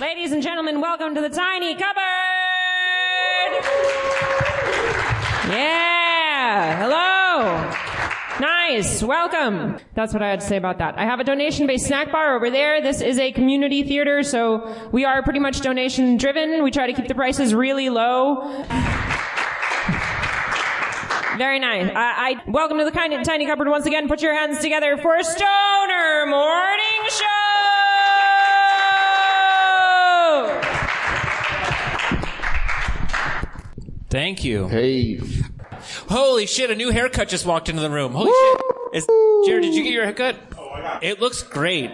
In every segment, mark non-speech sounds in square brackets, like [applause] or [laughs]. Ladies and gentlemen, welcome to the tiny cupboard. Yeah. Hello. Nice. Welcome. That's what I had to say about that. I have a donation based snack bar over there. This is a community theater, so we are pretty much donation driven. We try to keep the prices really low. Very nice. I, I welcome to the kind tiny cupboard once again. Put your hands together for Stoner Morning Show. Thank you. Hey. Holy shit, a new haircut just walked into the room. Holy shit. Is, Jared, did you get your haircut? Oh, I got it. looks great.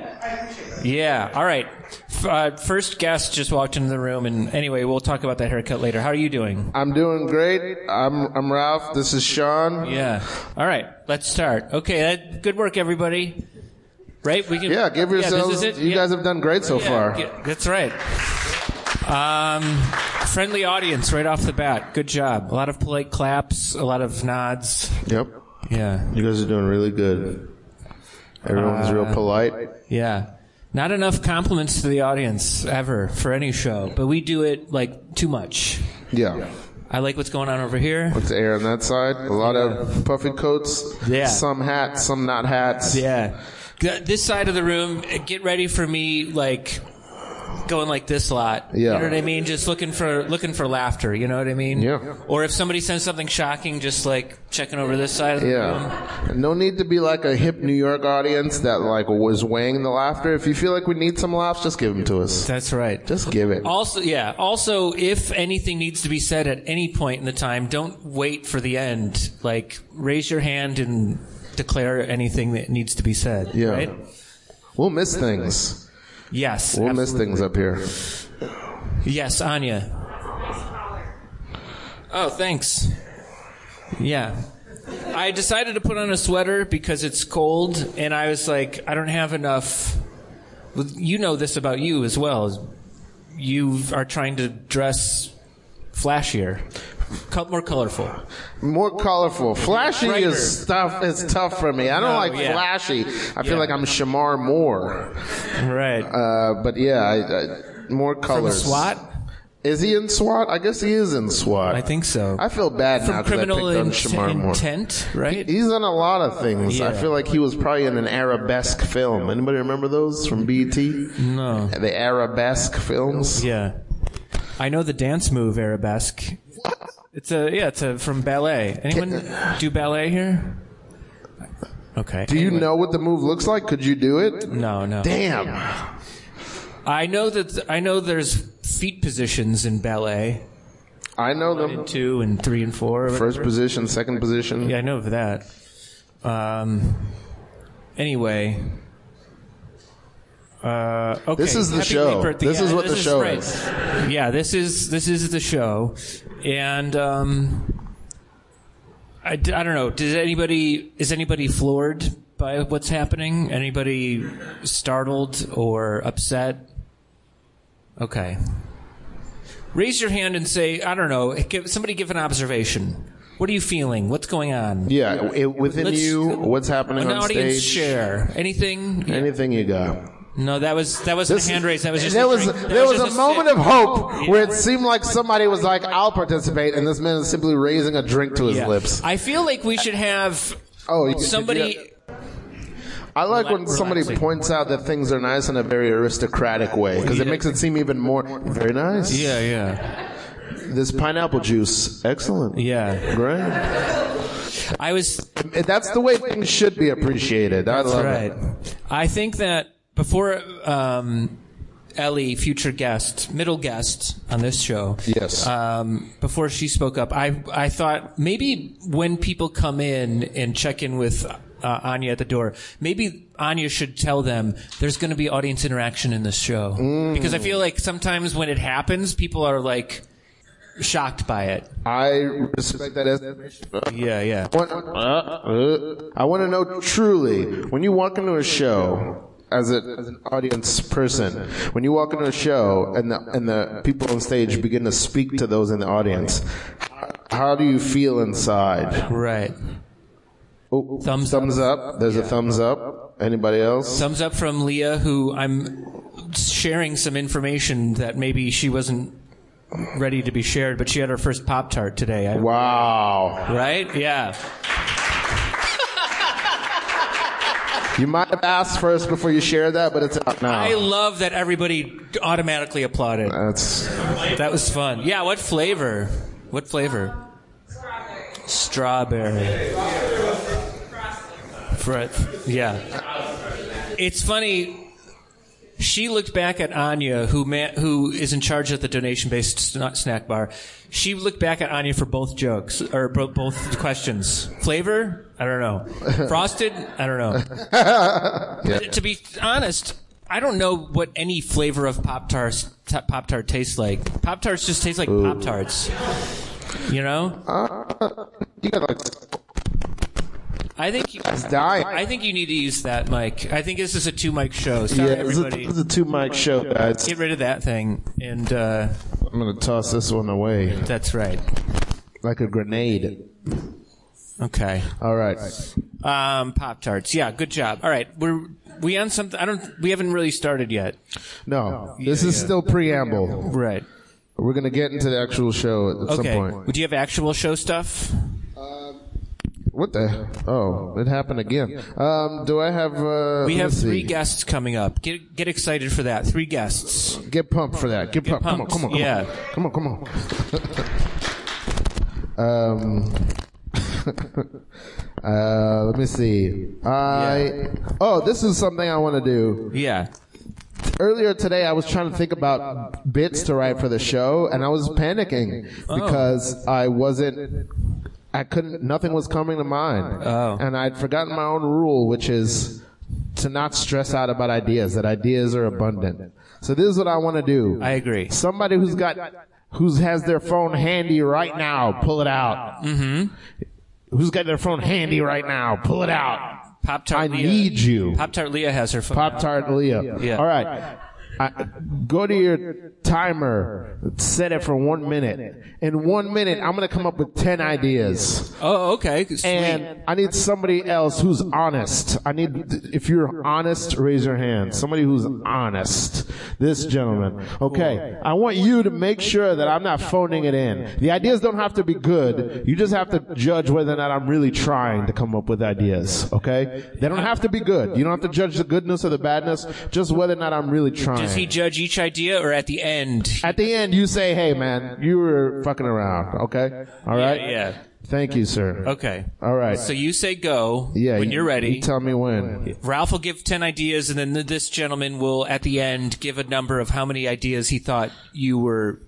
Yeah, all right. F- uh, first guest just walked into the room, and anyway, we'll talk about that haircut later. How are you doing? I'm doing great. I'm I'm Ralph. This is Sean. Yeah. All right, let's start. Okay, that, good work, everybody. Right? We can, Yeah, give this yourselves. is it? You Yeah. guys have done great so far. Yeah, yeah, that's right. Um, friendly audience right off the bat. Good job. A lot of polite claps, a lot of nods. Yep. Yeah. You guys are doing really good. Everyone's real Uh, polite. Yeah. Not enough compliments to the audience ever for any show, but we do it like too much. Yeah. I like what's going on over here. It's air on that side. A lot of puffy coats. Yeah. Some hats, some not hats. Yeah. Th- This side of the room, eh, get ready for me like going like this a lot. Yeah. You know what I mean? Just looking for looking for laughter, you know what I mean? Yeah. Or if somebody sends something shocking, just like checking over this side of the room. Yeah. No need to be like a hip New York audience that like was weighing the laughter. If you feel like we need some laughs, just give them to us. That's right. Just give it. Also, yeah. Also, if anything needs to be said at any point in the time, don't wait for the end. Like, raise your hand and declare anything that needs to be said. Yeah. Right? We'll miss things. Yes. We'll abs- miss things up here. yes, Anya. Oh, thanks. Yeah. I decided to put on a sweater because it's cold, and I was like, I don't have enough. well, You know this about you as well. You are trying to dress flashier, co- more colorful. More colorful. Flashy Brighter. is stuff is tough for me. I don't No, like yeah. flashy. I feel Yeah. like I'm Shamar Moore. Right. Uh, but yeah, I, I, more From colors. SWAT? Is he in SWAT? I guess he is in SWAT. I think so. I feel bad now From 'cause criminal I picked int- on Shamar Moore. intent, right? He's done a lot of things. I Yeah. feel like he was probably in an arabesque film. Anybody remember those from BET? No. The arabesque films. Yeah. I know the dance move arabesque. It's a yeah, it's a from ballet. Anyone do ballet here? Okay. Do you know what the move looks like? Could you do it? No, no. Damn. I know that I know there's feet positions in ballet. I know In them. 2 and 3 and 4. or First whatever. position, second position. Yeah, I know of that. Um anyway, uh, okay. This is the show. This is what the show is. is. Yeah, this is this is the show, and um, I, d- I don't know. Does anybody is anybody floored by what's happening? Anybody startled or upset? Okay, raise your hand and say I don't know. Give, somebody give an observation. What are you feeling? What's going on? Yeah, it, within Let's- you, what's happening An on audience stage? share anything? Anything you got. No, that was that wasn't a hand raise. That was just there a was drink. That there was, just a moment sip. Oh, of hope where it seemed like somebody was like, "I'll participate," and this man is simply raising a drink to his Yeah. lips. I feel like we should have Oh, you- somebody. I like when Relax- somebody relaxing. points out that things are nice in a very aristocratic way because it makes it seem even more very nice. yeah, This pineapple juice, excellent. yeah. Great. I was That's the way things should be appreciated. I love right. it. I think that before um, Ellie, future guest, middle guest on this show, Yes. um, before she spoke up, I I thought maybe when people come in and check in with uh, Anya at the door, maybe Anya should tell them there's going to be audience interaction in this show because I feel like sometimes when it happens, people are like shocked by it. I respect that as uh, Yeah, yeah. I want, Uh, I want to know truly when you walk into a show as, a, as an audience person, when you walk into a show and the, and the people on stage begin to speak to those in the audience, how do you feel inside? Right. Oh, Thumbs up. thumbs up. There's a thumbs up. Anybody else? Thumbs up from Leah, who I'm sharing some information that maybe she wasn't ready to be shared, but she had her first Pop Tart today. I- Wow. Right? Yeah. You might have asked first before you shared that, but it's out now. I love that everybody automatically applauded. That's That was fun. Yeah, what flavor? What flavor? Strawberry. Fr- yeah. It's funny. She looked back at Anya, who man, who is in charge of the donation-based sna- snack bar. She looked back at Anya for both jokes or bo- both questions. Flavor? I don't know. Frosted? I don't know. But to be honest, I don't know what any flavor of Pop Tarts t- Pop Tart tastes like. Pop Tarts just taste like Pop Tarts. You know? Uh, you got like I think you, dying. I think you need to use that mic. I think this is a two mic show. Sorry yeah, this is, a, everybody. this is a two mic show, guys. Get rid of that thing and uh, I'm gonna toss this one away that's right. like a grenade. Okay. All right. Um Pop Tarts. Yeah, good job. All right. We're we on something I don't we haven't really started yet. No, this is still preamble. Right. We're gonna get into the actual show at Okay. some point. Would you have actual show stuff? What the? Oh, it happened again. Um, do I have? Uh, We have let's three see. guests coming up. Get get excited for that. Three guests. Get pumped for that. Get, pumped. pumped. Uh, Come on, come on, come Yeah. on. Come on, [laughs] come on. um, [laughs] uh, let me see. I oh, this is something I want to do. Yeah. Earlier today, I was trying to think about bits to write for the show, and I was panicking Oh. because I wasn't. I couldn't. Nothing was coming to mind, Oh. and I'd forgotten my own rule, which is to not stress out about ideas. That ideas are abundant. So this is what I want to do. I agree. Somebody who's got who's has their phone handy right now, pull it out. Mm-hmm. Who's got their phone handy right now? Pull it out. Pop I Tart. need you. Pop Tart. Leah has her phone. Pop Tart Leah. Yeah. All right. I, go to your timer. Set it for one minute. In one minute, I'm gonna come up with ten ideas, Oh, okay. Sweet. and I need somebody else who's honest. I need if you're honest, raise your hand. Somebody who's honest. This gentleman. Okay. I want you to make sure that I'm not phoning it in. The ideas don't have to be good. You just have to judge whether or not I'm really trying to come up with ideas. Okay. They don't have to be good. You don't have to judge the goodness or the badness. Just whether or not I'm really trying. does he judge each idea or at the end? At the end, you say, "Hey, man, you were fucking around." Okay. All right. Yeah. Thank you, sir. Okay. All right. So you say go yeah. when you- you, are ready. you tell me when. Ralph will give 10 ideas, and then th- this gentleman will, at the end, give a number of how many ideas he thought you were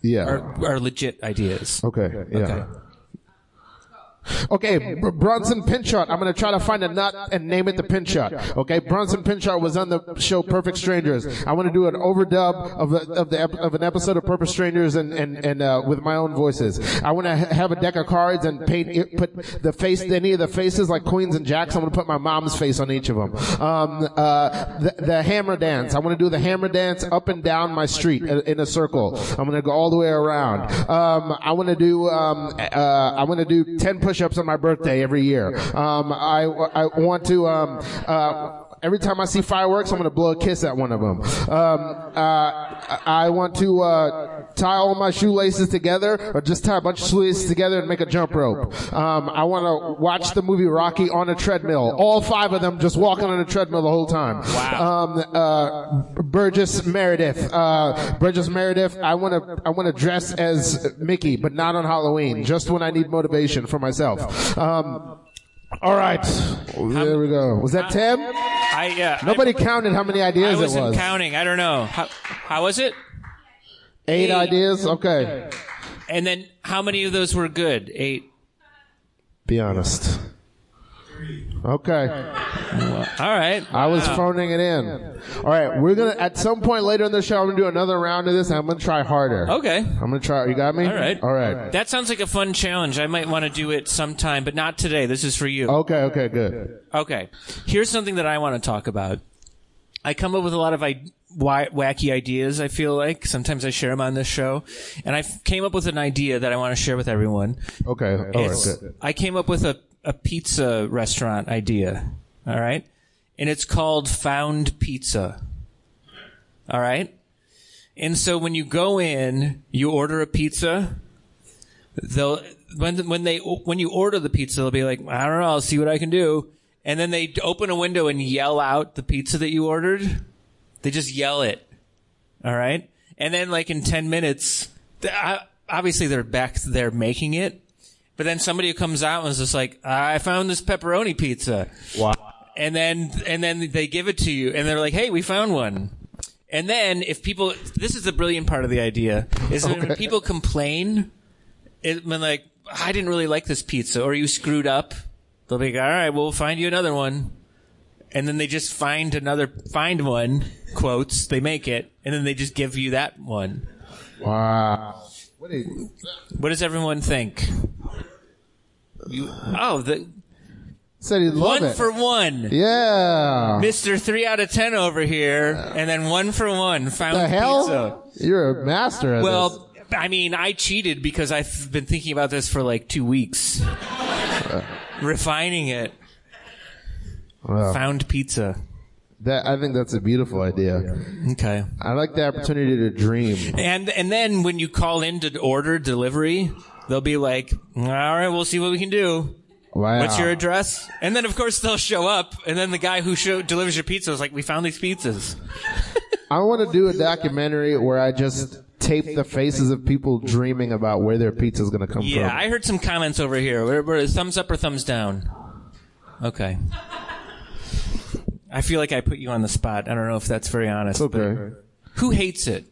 Yeah. are, are legit ideas. Okay. Yeah. Okay, Br- Bronson Pinchot. I'm gonna try to find a nut and name it the Pinchot. Okay, Bronson Pinchot was on the show Perfect Strangers. I want to do an overdub of a, of the ep- of an episode of Perfect Strangers and and and uh, with my own voices. I want to ha- have a deck of cards and paint it, put the face any of the faces like Queens and Jacks. I'm gonna put my mom's face on each of them. Um, uh, the, the hammer dance. I want to do the hammer dance up and down my street in, in a circle. I'm gonna go all the way around. Um, I want to do um, uh, I want to do ten push-ups on my birthday every year. Um, I I want to um, uh, every time I see fireworks, I'm gonna blow a kiss at one of them. Um, uh, I want to. Uh, Tie all my shoelaces together, or just tie a bunch of shoelaces together and make a jump rope. Um, I want to watch the movie Rocky on a treadmill. All five of them just walking on a treadmill the whole time. Wow. Um, uh, Burgess Meredith. Uh, Burgess Meredith. I want to. I want to dress as Mickey, but not on Halloween. Just when I need motivation for myself. Um, all right. There we go. Was that ten? I, yeah. I- Nobody counted how many ideas I it wasn't was. counting. I don't know. How, how was it? Eight ideas. Okay. And then how many of those were good? Eight. Be honest. Okay. All right. I was phoning it in. All right, we're gonna at some point later in the show. I'm gonna do another round of this. and I'm gonna try harder. Okay. I'm gonna try. You got me? All right. All right. That sounds like a fun challenge. I might want to do it sometime, but not today. This is for you. Okay. Okay. Good. Okay. Here's something that I want to talk about. I come up with a lot of I- wi- wacky ideas, I feel like. Sometimes I share them on this show. And I f- came up with an idea that I want to share with everyone. Okay. All right. It's- Good. I came up with a, a pizza restaurant idea. All right. And it's called Found Pizza. All right. And so when you go in, you order a pizza. They'll when when they when you order the pizza, they'll be like, I don't know, I'll see what I can do. And then they open a window and yell out the pizza that you ordered. They just yell it. All right. And then like in 10 minutes, th- I- obviously they're back there making it. But then somebody comes out and is just like, I found this pepperoni pizza. Wow. And then, and then they give it to you and they're like, Hey, we found one. And then if people, this is the brilliant part of the idea is that when people complain, it, when like, I didn't really like this pizza or you screwed up, they'll be like, all right, we'll find you another one and then they just find another find one quotes they make it and then they just give you that one Wow. What is, what does everyone think you, oh the said he'd love one it. for one yeah. mr 3 out of 10 over here and then one for one found the hell? pizza You're a master at this. well i mean i cheated because i've been thinking about this for like two weeks refining it Well, found pizza that, I think that's a beautiful idea. okay I like the opportunity to dream. And and then when you call in to order delivery, they'll be like, "All right, we'll see what we can do. Wow. What's your address?" And then of course they'll show up, and then the guy who show, delivers your pizza is like, "We found these pizzas." I want to do a documentary where I just tape the faces of people dreaming about where their pizza's going to come Yeah, from. I heard some comments over here. Where, where, thumbs up or thumbs down? Okay. I feel like I put you on the spot. I don't know if that's very honest. okay. Who hates it?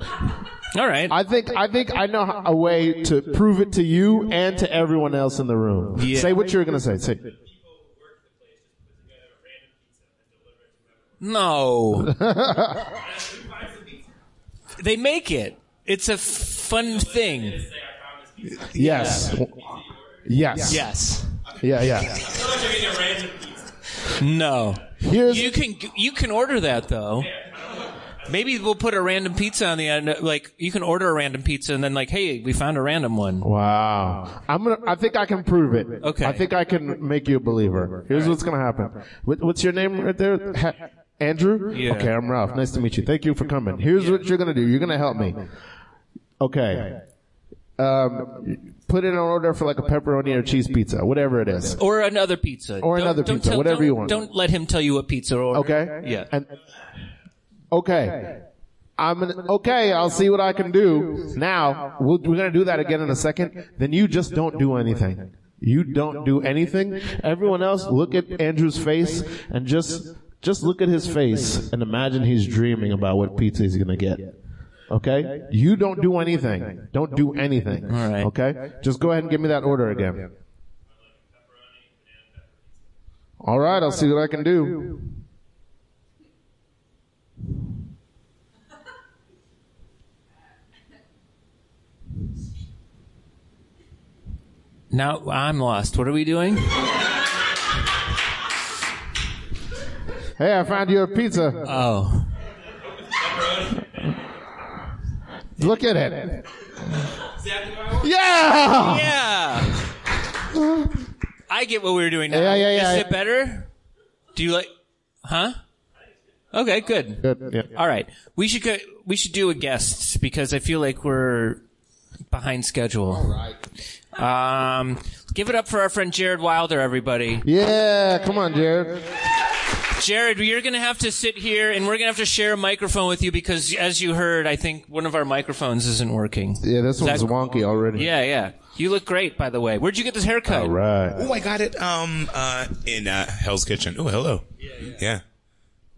All right. I think I think I know a way to prove it to you and to everyone else in the room. Yeah. Say what you're going to say. Say. No. they make it. It's a f- fun thing. Yes. Yes. Yes. Yeah, yeah. No. Here's You can you can order that though. Maybe we'll put a random pizza on the end. Like you can order a random pizza and then like, hey, we found a random one. Wow. I'm gonna, I think I can prove it. Okay. I think I can make you a believer. Here's what's gonna happen. What, what's your name right there? Ha- Andrew? Yeah. Okay, I'm Ralph. Nice to meet you. Thank you for coming. Here's what you're gonna do. You're gonna help me. Okay. Um, put in an order for like a pepperoni or cheese pizza, whatever it is. Or another pizza. Or another pizza, whatever don't- you want. Don't let him tell you what pizza to order. Okay? Yeah. And, okay. I'm gonna, okay, I'll see what I can do. Now, we'll, we're gonna do that again in a second. Then you just don't do anything. You don't do anything. Everyone else, look at Andrew's face and just, just look at his face and imagine he's dreaming about what pizza he's gonna get. Okay? You don't do anything. Don't do anything. right. Okay? Just go ahead and give me that order again. All right, I'll see what I can do. Now I'm lost. What are we doing? Hey, I found you a pizza. Oh. Look at it. Yeah. Yeah. I get what we were doing now. Yeah, yeah, yeah, Is yeah. it better? Do you like? Huh? Okay, good. Good, yeah. All right, we should go, we should do a guest because I feel like we're behind schedule. All right. Um, give it up for our friend Jared Wilder, everybody. Yeah, Come on, Jared. Jared, you're going to have to sit here, and we're going to have to share a microphone with you because, as you heard, I think one of our microphones isn't working. Yeah, this one's that- wonky already. Yeah, yeah. You look great, by the way. Where'd you get this haircut? All right. Oh, I got it. Um, uh, in uh, Hell's Kitchen. Oh, hello. Yeah. Yeah.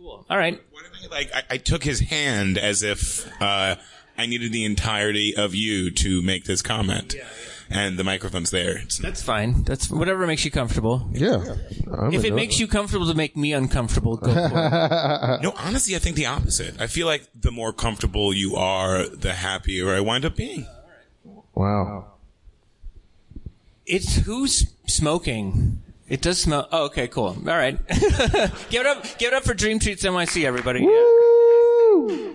All right. Why did I, like I, I took his hand as if uh, I needed the entirety of you to make this comment. And the microphone's there. It's not, That's fine. That's whatever makes you comfortable. Yeah. I'm If it into makes you comfortable to make me uncomfortable, go [laughs] for it. no, honestly, I think the opposite. I feel like the more comfortable you are, the happier I wind up being. Wow. It's who's smoking. It does smell. Oh, okay, cool. All right. [laughs] give it up. Give it up for Dream Treats NYC, everybody. Woo!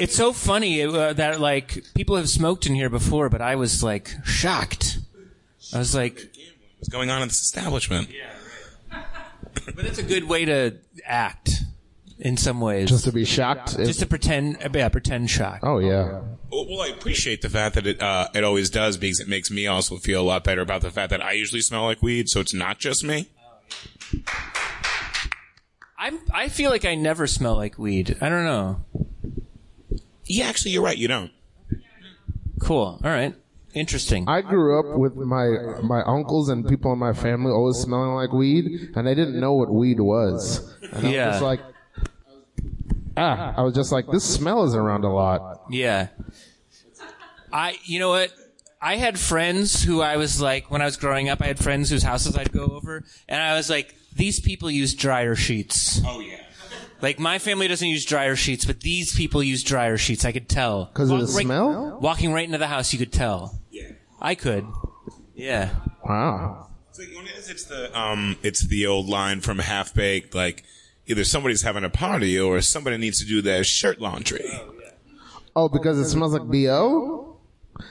It's so funny uh, that like people have smoked in here before, but I was like shocked. I was like, What's going on in this establishment? but it's a good way to act. in some ways. Just to be shocked. if- Just to pretend, yeah, pretend shock. oh yeah. Well, well, I appreciate the fact that it uh, it always does because it makes me also feel a lot better about the fact that I usually smell like weed, so it's not just me. I'm, I feel like I never smell like weed. I don't know. Yeah, actually, you're right. You don't. Cool. All right. Interesting. I grew up with my my uncles and people in my family always smelling like weed, and they didn't know what weed was. And I Yeah. was just like, ah, I was just like, this smell is around a lot. Yeah. I, you know what? I had friends who I was like, when I was growing up, I had friends whose houses I'd go over, and I was like, these people use dryer sheets. Oh yeah. Like, my family doesn't use dryer sheets, but these people use dryer sheets. I could tell. Because of the Walk right- smell? Walking right into the house, you could tell. Yeah. I could. Yeah. Wow. It's like you know, it's the um, it's the old line from Half Baked, like either somebody's having a party or somebody needs to do their shirt laundry. Oh, because it smells like BO?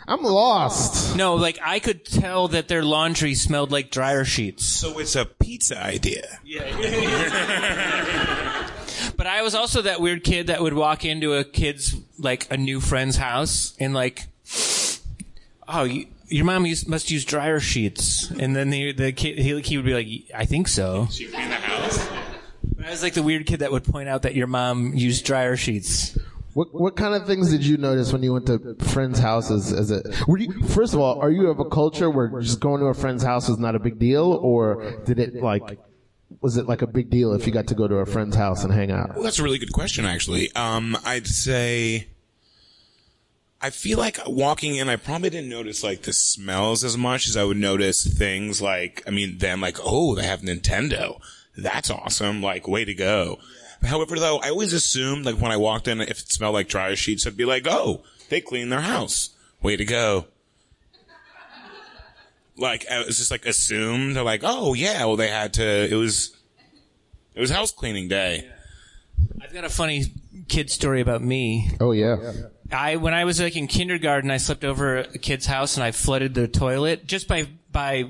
I'm lost. No, like, I could tell that their laundry smelled like dryer sheets. So it's a pizza idea. But I was also that weird kid that would walk into a kid's like a new friend's house and like, oh, you, your mom used, must use dryer sheets, and then the the kid he, he would be like, I think so. She in the house. But I was like the weird kid that would point out that your mom used dryer sheets. What what kind of things did you notice when you went to friends' houses? As a were you, first of all, are you of a culture where just going to a friend's house was not a big deal, or did it like was it like a big deal if you got to go to a friend's house and hang out? Well, that's a really good question, actually. Um, I'd say I feel like walking in, I probably didn't notice like the smells as much as I would notice things like, I mean, them like, oh, they have Nintendo. That's awesome. Like, way to go. However, though, I always assumed like when I walked in, if it smelled like dryer sheets, I'd be like, oh, they clean their house. Way to go. Like, I was just like assumed, they're like, oh yeah, well they had to, it was, it was house cleaning day. I've got a funny kid story about me. Oh yeah. I when I was like in kindergarten, I slept over a kid's house and I flooded their toilet just by by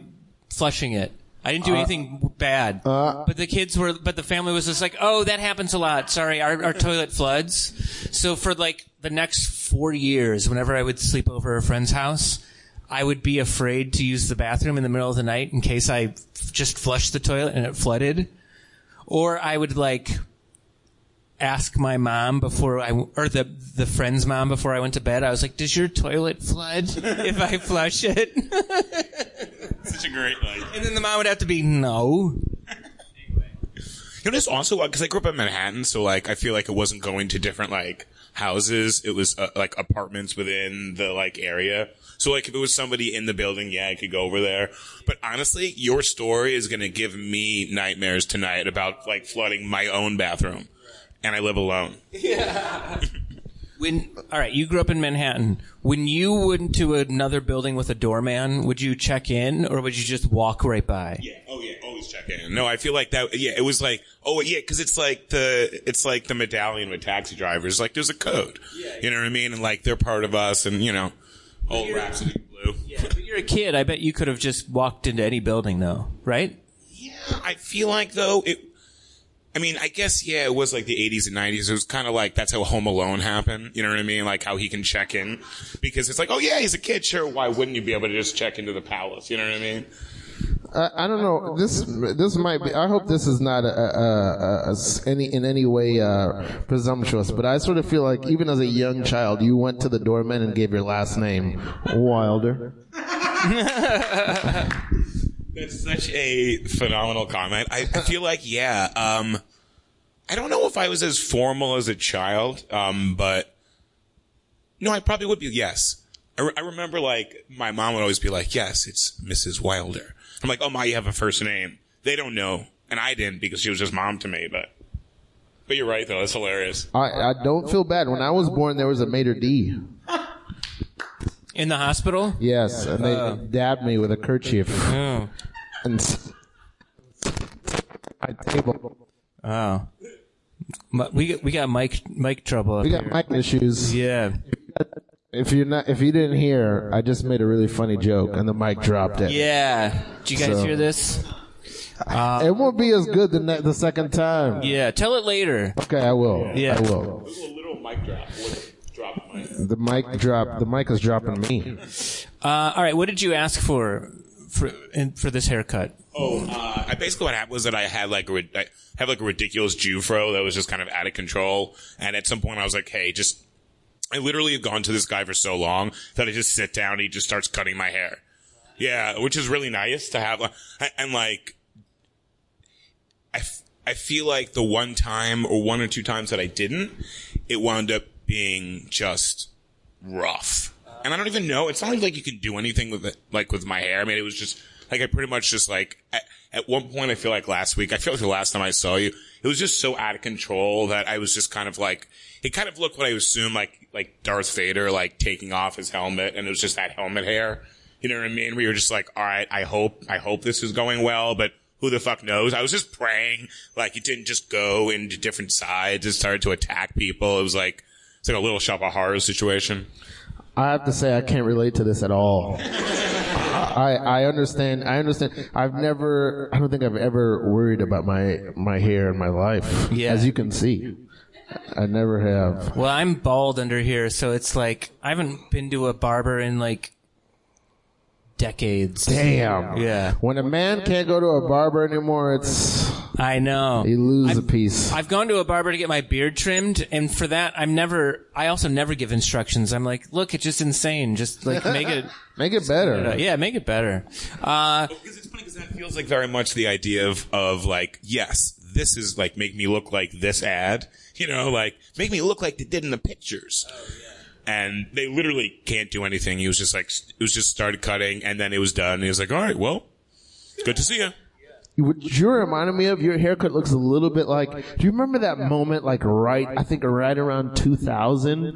flushing it. I didn't do anything bad, but the kids were, but the family was just like, "Oh, that happens a lot. Sorry, our, our toilet floods." So for like the next four years, whenever I would sleep over a friend's house, I would be afraid to use the bathroom in the middle of the night in case I f- just flushed the toilet and it flooded, or I would like ask my mom before I or the the friend's mom before I went to bed. I was like, "Does your toilet flood if I flush it?" [laughs] and Such a great like. then the mom would have to be, "No." You know, it's also because I grew up in Manhattan, so like I feel like it wasn't going to different like houses. It was uh, like apartments within the like area. So like if it was somebody in the building, yeah, I could go over there. But honestly, your story is going to give me nightmares tonight about like flooding my own bathroom, and I live alone. When all right, you grew up in Manhattan. When you went to another building with a doorman, would you check in or would you just walk right by? Yeah. Oh yeah. Always check in. No, I feel like that. Yeah. It was like, oh yeah, because it's like the it's like the medallion with taxi drivers. Like there's a code. You know what I mean? And like they're part of us, and you know, old Rhapsody in Blue. But you're a kid. I bet you could have just walked into any building, though, right? Yeah, I feel like though it. I mean, I guess yeah, it was like the '80s and '90s. It was kind of like that's how Home Alone happened. You know what I mean? Like how he can check in because it's like, oh yeah, he's a kid. Sure, why wouldn't you be able to just check into the palace? You know what I mean? I, I don't know. This this might be. I hope this is not a, a, a- a s- any in any way uh, presumptuous, but I sort of feel like even as a young child, you went to the doorman and gave your last name Wilder. That's such a phenomenal comment. I, I feel like, yeah, um, I don't know if I was as formal as a child, um, but no, I probably would be. Yes. I, re- I remember like my mom would always be like, yes, it's Mrs. Wilder. I'm like, oh my, you have a first name. They don't know. And I didn't because she was just mom to me, but, but you're right though. That's hilarious. I, I don't feel bad. When I was born, there was a Mater D. In the hospital? Yes, and they Uh, dabbed me with a [laughs] kerchief Oh. and s- my table. Oh. Mi- We got- we got mic mic trouble. Up We got here. mic issues. yeah. If you're not, if you didn't hear, I just made a really funny joke, and the mic dropped it. Yeah. Did you guys So- hear this? it won't be as good the ne- the second time. Yeah, tell it later. Okay, I will. Yeah. I will. A little mic drop. Would drop mic. The mic drop. The mic is dropping me. Uh, all right, what did you ask for for in, for this haircut? Oh, uh, I basically what happened was that I had like a rid- I have like a ridiculous Jufro that was just kind of out of control, and at some point I was like, hey, just I literally have gone to this guy for so long that I just sit down and he just starts cutting my hair. Yeah, which is really nice to have. uh, I- And like, I, f- I feel like the one time or one or two times that I didn't, it wound up being just rough. And I don't even know. It's not even like you can do anything with it, like with my hair. I mean, it was just like I pretty much just like at, at one point. I feel like last week. I feel like the last time I saw you, it was just so out of control that I was just kind of like it. Kind of looked what I assume like like Darth Vader like taking off his helmet, and it was just that helmet hair. You know what I mean? Where you're just like, all right, I hope I hope this is going well, but who the fuck knows? I was just praying like it didn't just go into different sides and started to attack people. It was like. It's like a little shop of horrors situation. I have to say I can't relate to this at all. I I understand. I understand. I've never. I don't think I've ever worried about my my hair in my life. Yeah. As you can see, I never have. Well, I'm bald under here, so it's like I haven't been to a barber in like decades. Damn. Yeah. When a man can't go to a barber anymore, it's I know. you lose a piece. I've gone to a barber to get my beard trimmed, and for that, I'm never. I also never give instructions. I'm like, look, it's just insane. Just like make [laughs] it. Make it better. Yeah, make it better. Uh, Because it's funny because that feels like very much the idea of, of like, yes, this is like make me look like this ad, you know, like make me look like they did in the pictures. And they literally can't do anything. He was just like, it was just started cutting and then it was done. He was like, all right, well, it's good to see you. What you reminded me of, your haircut looks a little bit like. Do you remember that moment, like right, I think right around 2000,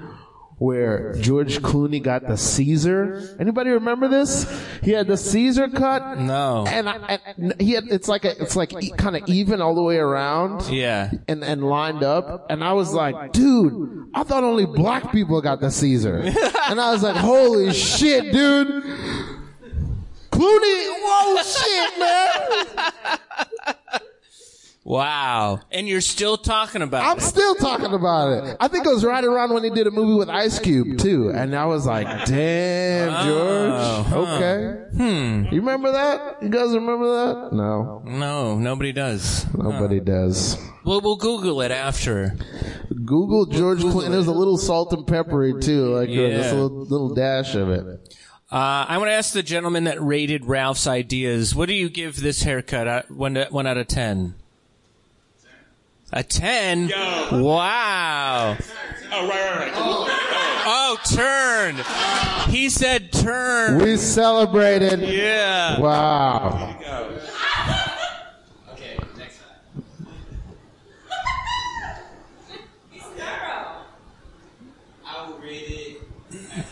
where George Clooney got the Caesar? Anybody remember this? He had the Caesar cut. No. And, I, and he had, it's like a, it's like e- kind of even all the way around. yeah. And, and lined up, and I was like, dude, I thought only black people got the Caesar. and I was like, holy shit, dude. Clooney, whoa, shit, man. Wow. And you're still talking about I'm it. still talking about it. I think it was right around when he did a movie with Ice Cube too, and I was like, "Damn, George, okay." Oh, Hmm. You remember that? You guys remember that? No, No, nobody [laughs] does. nobody does. Well, we'll Google it after. Google George Clinton. There's a little salt and peppery too, like uh, just a Yeah. little, little dash of it. Uh, I want to ask the gentleman that rated Ralph's ideas. What do you give this haircut? Uh, one, one out of ten. A ten. Wow. Oh, right, right, right. Oh, turn. He said turn. We celebrated. Yeah. Wow. An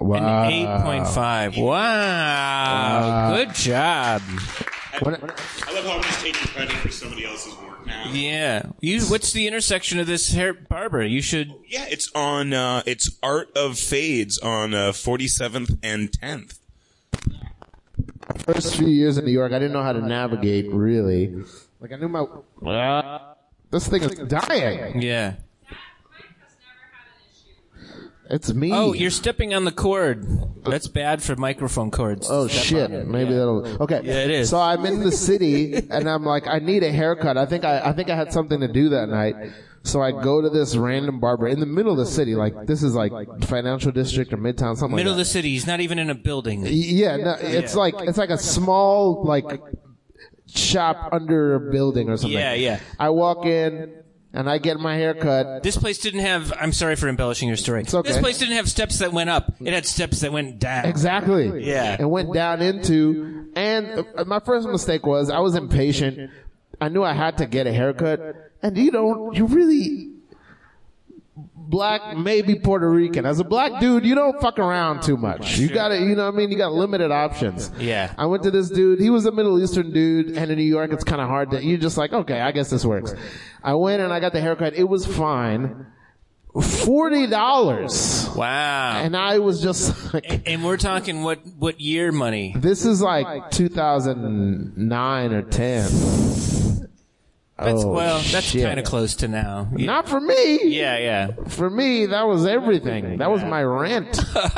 Wow. eight point five. Wow. Good job. I love how I'm just taking credit for somebody else's work now. Yeah. You. What's the intersection of this hair, barber? You should. Yeah, it's on, uh, it's Art of Fades on, uh, 47th and 10th. first few years in New York, I didn't know how to navigate really. Like I knew my. this thing is dying. Yeah. It's me. Oh, you're stepping on the cord. That's bad for microphone cords. Oh shit! Maybe that'll okay. Yeah, it is. So I'm in the city, and I'm like, I need a haircut. I think I, I think I had something to do that night. So I go to this random barber in the middle of the city. Like this is like financial district or midtown, something Middle of like the city. He's not even in a building. that. Yeah, no, it's like it's like a small like shop under a building or something. Yeah, yeah. I walk in and I get my haircut. This place didn't have. I'm sorry for embellishing your story. okay. This place didn't have steps that went up. It had steps that went down. Exactly. Yeah. And went down into. And uh, my first mistake was I was impatient. I knew I had to get a haircut. And you don't, you really. Black, maybe Puerto Rican. As a black dude, you don't fuck around too much. You gotta, you know what I mean? You got limited options. Yeah. I went to this dude. He was a Middle Eastern dude. And in New York, it's kind of hard to, you're just like, okay, I guess this works. I went and I got the haircut. It was fine forty dollars, Wow. And, and I was just [laughs] like, we're talking what what year money? this is like 2009 or 10. That's, oh, well, that's shit. kind of close to now. Yeah, Not for me. yeah, yeah. For me, that was everything. That was my [laughs] rent. uh,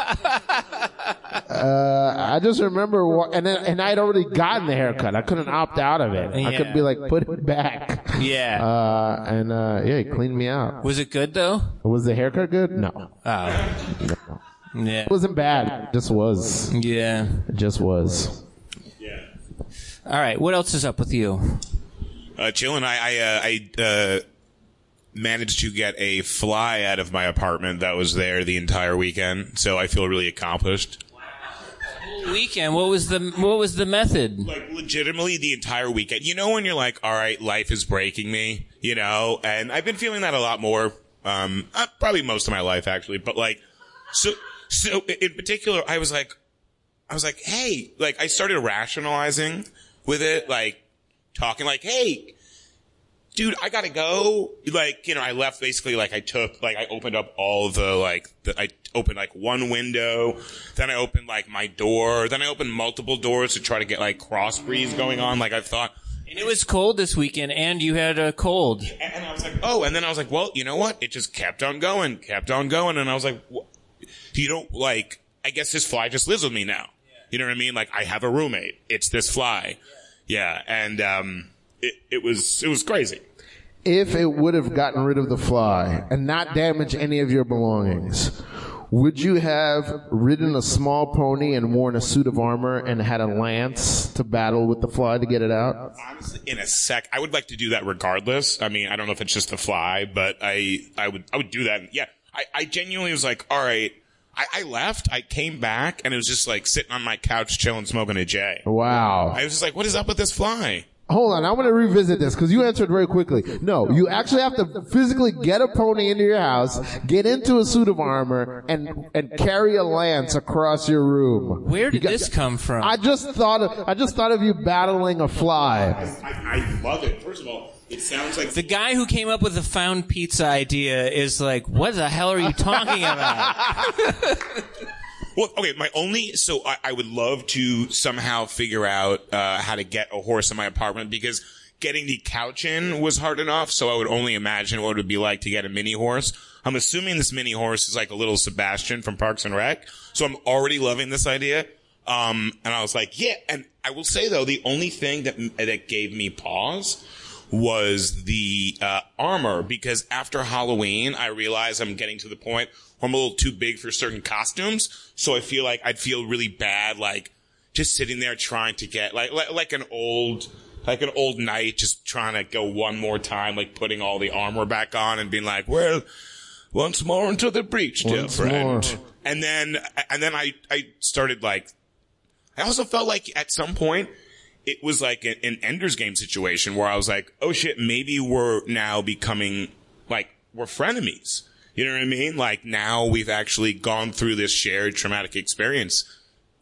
I just remember, wa- and then, and I'd already gotten the haircut. I couldn't opt out of it. I Yeah. could be like, put it back. [laughs] Yeah. Uh, and uh, yeah, he cleaned me out. Was it good though? Was the haircut good? No, it Oh. Yeah. wasn't bad. It just was. Yeah. It just was. All right. What else is up with you? Uh, chillin', I I, uh, I uh, managed to get a fly out of my apartment that was there the entire weekend, so I feel really accomplished. Weekend. What was the What was the method? Like legitimately the entire weekend. You know when you're like, all right, life is breaking me, you know, and I've been feeling that a lot more. Um, uh, probably most of my life actually, but like, so so in particular, I was like, I was like, hey, like I started rationalizing with it, like talking like, hey, dude, I gotta go. Like, you know, I left basically like I took, like I opened up all the like, the, I opened like one window, then I opened like my door, then I opened multiple doors to try to get like cross breeze going on. Like I thought, And it was cold this weekend, and you had a cold. and, and I was like, oh, and then I was like, well, you know what? It just kept on going, kept on going, and I was like, wha- you don't like. I guess this fly just lives with me now. You know what I mean? Like I have a roommate. It's this fly. Yeah, and um, it it was it was crazy. if it would have gotten rid of the fly and not damaged any of your belongings, would you have ridden a small pony and worn a suit of armor and had a lance to battle with the fly to get it out? Honestly, in a sec, I would like to do that regardless. I mean, I don't know if it's just the fly, but I I would I would do that. Yeah, I I genuinely was like, all right. I, I left. I came back, and it was just like sitting on my couch, chilling, smoking a J. Wow. I was just like, "What is up with this fly?" Hold on, I want to revisit this because you answered very quickly. No, you actually have to physically get a pony into your house, get into a suit of armor, and and carry a lance across your room. Where did this come from? I just thought of I just thought of you battling a fly. I, I love it. First of all, it sounds like the guy who came up with the found pizza idea is like, what the hell are you talking about? Well, okay. My only so I, I would love to somehow figure out uh, how to get a horse in my apartment because getting the couch in was hard enough. So I would only imagine what it would be like to get a mini horse. I'm assuming this mini horse is like a little Sebastian from Parks and Rec. So I'm already loving this idea. Um, and I was like, yeah. And I will say though, the only thing that that gave me pause was the uh, armor because after Halloween, I realize I'm getting to the point where I'm a little too big for certain costumes. So I feel like I'd feel really bad, like just sitting there trying to get like like, like an old like an old knight just trying to go one more time, like putting all the armor back on and being like, well, once more into the breach, dear Once friend. more. And then and then I I started like I also felt like at some point it was like an, an Ender's Game situation where I was like, oh shit, maybe we're now becoming like we're frenemies. You know what I mean? Like now we've actually gone through this shared traumatic experience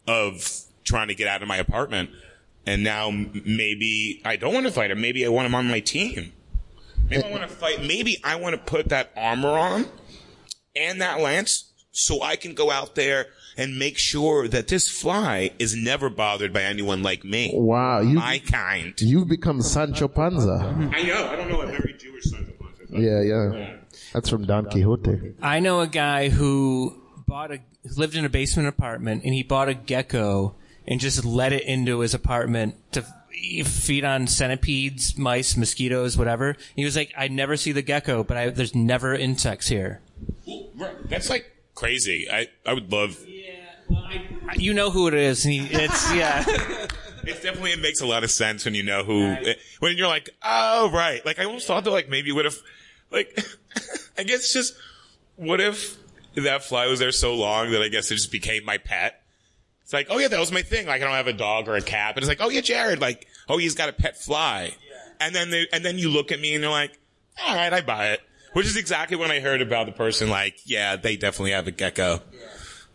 of trying to get out of my apartment. And now m- maybe I don't want to fight him. Maybe I want him on my team. Maybe I want to fight. Maybe I want to put that armor on and that lance so I can go out there and make sure that this fly is never bothered by anyone like me. Wow, you My kind. You've become Sancho Panza. I know. I don't know what every Jewish son of a Yeah, yeah. That's from Don Quixote. I know a guy who bought a lived in a basement apartment, and he bought a gecko and just let it into his apartment to f- feed on centipedes, mice, mosquitoes, whatever. He was like, I never see the gecko, but I, there's never insects here. That's like crazy. I, I would love. You know who it is. And he, it's yeah. It's definitely it makes a lot of sense when you know who eh, when you're like oh right like I almost thought that like maybe what if like [laughs] I guess just what if that fly was there so long that I guess it just became my pet. It's like oh yeah that was my thing like I don't have a dog or a cat but it's like oh yeah Jared like oh he's got a pet fly and then they, and then you look at me and you're like all right I buy it which is exactly when I heard about the person like yeah they definitely have a gecko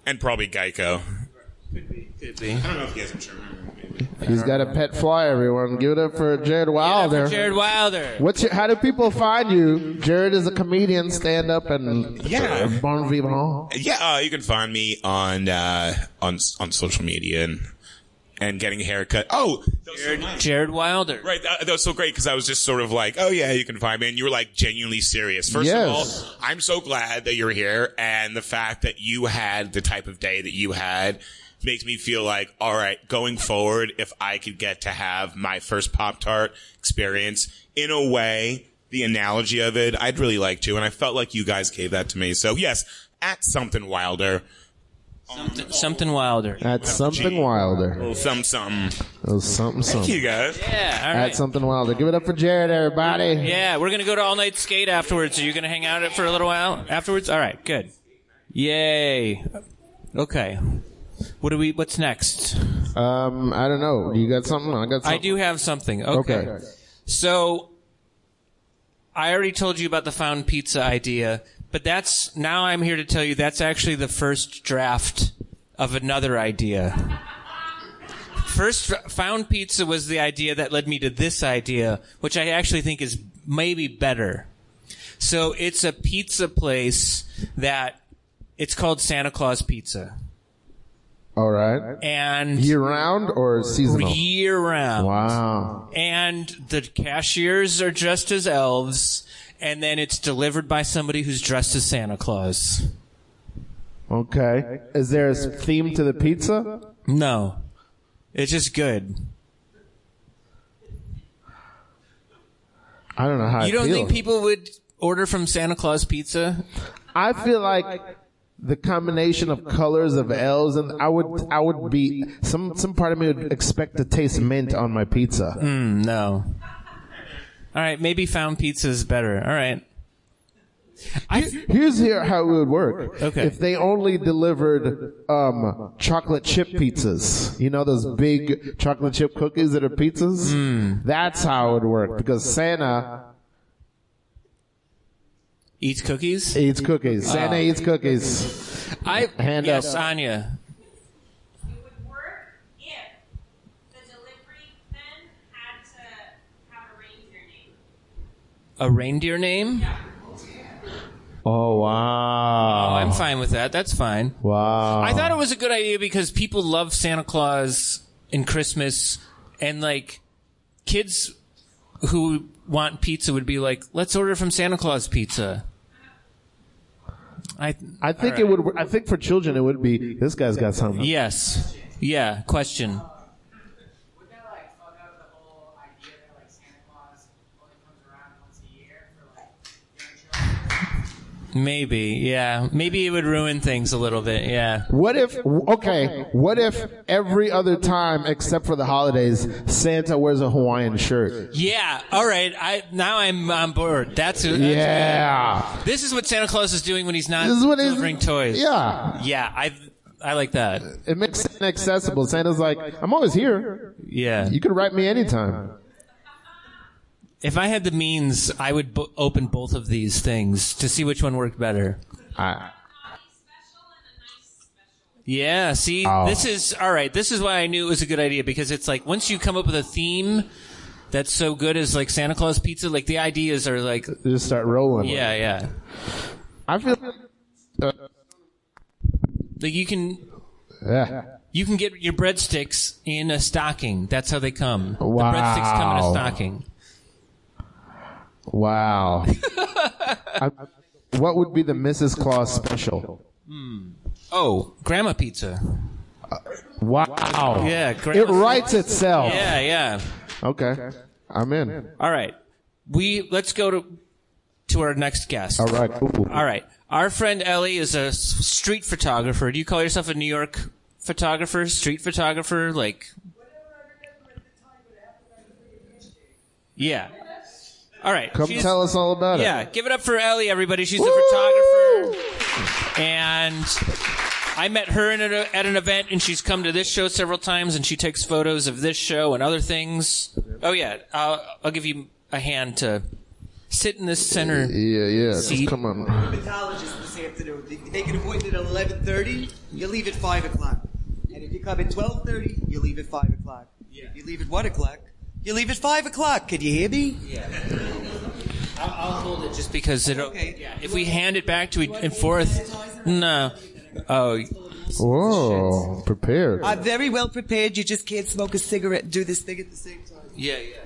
and probably Geico. I don't know if he has insurance. He's got a pet fly, everyone. Give it up for Jared Wilder. Jared Wilder. What's your, how do people find you? Jared is a comedian, stand up, and Yeah. bon vivant. Yeah, uh, you can find me on uh, on on social media and and getting a haircut. Oh, that was so nice. Jared Wilder. Right, that, that was so great because I was just sort of like, oh yeah, you can find me, and you were like genuinely serious. First Yes. of all, I'm so glad that you're here, and the fact that you had the type of day that you had makes me feel like, all right, going forward, if I could get to have my first Pop Tart experience in a way, the analogy of it, I'd really like to, and I felt like you guys gave that to me. So yes, at something wilder, Something Wilder. That's something wilder. little some some. It was something, You something. guys. Yeah, all That's right. something wilder. Give it up for Jared, everybody. Yeah, we're gonna go to all night skate afterwards. Are you gonna hang out at it for a little while afterwards? All right, good. Yay. Okay. What do we? What's next? Um, I don't know. You got something? I got something. I do have something. Okay. okay. So I already told you about the found pizza idea, but that's now I'm here to tell you that's actually the first draft of another idea. First f- found pizza was the idea that led me to this idea, which I actually think is maybe better. So it's a pizza place that it's called Santa Claus Pizza. All right. And Year round or seasonal? year round. Wow. and the cashiers are dressed as elves, and then it's delivered by somebody who's dressed as Santa Claus. Okay. Is there a theme to the pizza? No, it's just good. I don't know how You I don't feel. think people would order from Santa Claus Pizza? I feel like the combination of colors of L's and I would I would be some some part of me would expect to taste mint on my pizza. No. All right, maybe found pizza is better. All right. I, Here's here how it would work. Okay. If they only delivered um, chocolate chip pizzas, you know those big chocolate chip cookies that are pizzas. That's how it would work because Santa eat cookies. eats cookies. Santa eats cookies. I Hand yes, up. Anya. It would work if the delivery men had to have a reindeer name. A reindeer name? Oh wow! I'm fine with that. That's fine. wow. I thought it was a good idea because people love Santa Claus and Christmas, and like kids who want pizza would be like, "Let's order from Santa Claus Pizza." I I think it would. I think for children it would be. This guy's got something. yes, yeah. Question. Would that like fuck up the whole idea that like Santa Claus only comes around once a year for like young children? Maybe, yeah. Maybe it would ruin things a little bit, yeah. What if? Okay. What if every other time except for the holidays, Santa wears a Hawaiian shirt? Yeah, all right. I now I'm on board. That's, that's Yeah. This is what Santa Claus is doing when he's not This is what he's- delivering toys. Yeah. yeah. I I like that. It makes Santa accessible. Santa's like, I'm always here. Yeah. You can write me anytime. If I had the means, I would bo- open both of these things to see which one worked better. I, Naughty special and a nice special. Yeah, see, Oh. this is all right. This is why I knew it was a good idea because it's like once you come up with a theme that's so good as like Santa Claus pizza, like the ideas are like, just start rolling. yeah, yeah. I feel. Uh, Like you can yeah. you can get your breadsticks in a stocking. That's how they come. The breadsticks come in a Wow. stocking. [laughs] Wow. I, what would be the Mrs. Claus special? Oh, grandma pizza. Wow. Yeah, grandma. It writes itself. Yeah, yeah. Okay. I'm in. All right. We let's go to to our next guest. All right. Cool. All right. Our friend Ellie is a s- street photographer. Do you call yourself a New York photographer, street photographer? Like, yeah. All right. Come She's- tell us all about it. Yeah. Give it up for Ellie, everybody. She's Woo! a photographer. And I met her in a, at an event, and she's come to this show several times, and she takes photos of this show and other things. Oh, yeah. I'll, I'll give you a hand to sit in this center. Yeah, yeah. See- Just come on. Pathologist this afternoon. They take an appointment at eleven thirty, you leave at five o'clock. And if you come at twelve thirty, you leave at five o'clock. You leave at what o'clock? You leave at five o'clock. Could you hear me? I'll, I'll hold it just because it'll. Okay. If we hand it back to each and forth, no. Oh, Whoa, prepared. I'm very well prepared. You just can't smoke a cigarette and do this thing at the same time. yeah, yeah.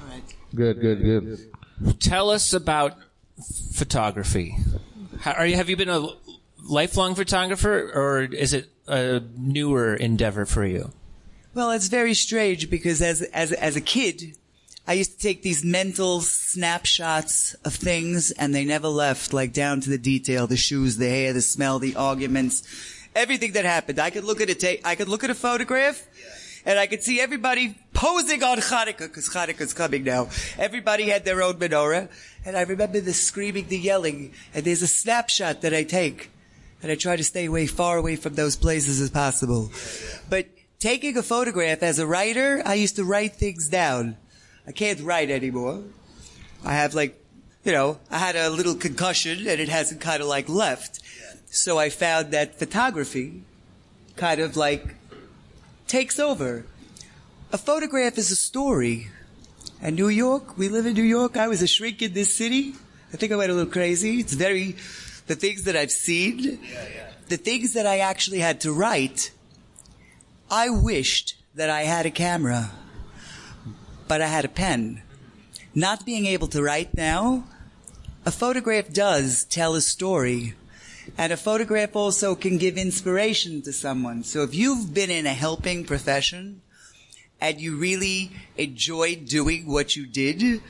All right. Good, good, good. Tell us about photography. How, are you? Have you been a lifelong photographer, or is it a newer endeavor for you? Well, it's very strange because as as as a kid, I used to take these mental snapshots of things, and they never left, like down to the detail: the shoes, the hair, the smell, the arguments, everything that happened. I could look at a ta- I could look at a photograph, and I could see everybody posing on Hanukkah because Hanukkah's coming now. Everybody had their own menorah, and I remember the screaming, the yelling, and there's a snapshot that I take and I try to stay away, far away from those places as possible. But taking a photograph as a writer, I used to write things down. I can't write anymore. I have like, you know, I had a little concussion and it hasn't kind of like left. So I found that photography kind of like takes over. A photograph is a story. And New York, we live in New York. I was a shrink in this city. I think I went a little crazy. It's very, the things that I've seen, the things that I actually had to write. I wished that I had a camera, but I had a pen. Not being able to write now, a photograph does tell a story. And a photograph also can give inspiration to someone. So if you've been in a helping profession, and you really enjoyed doing what you did,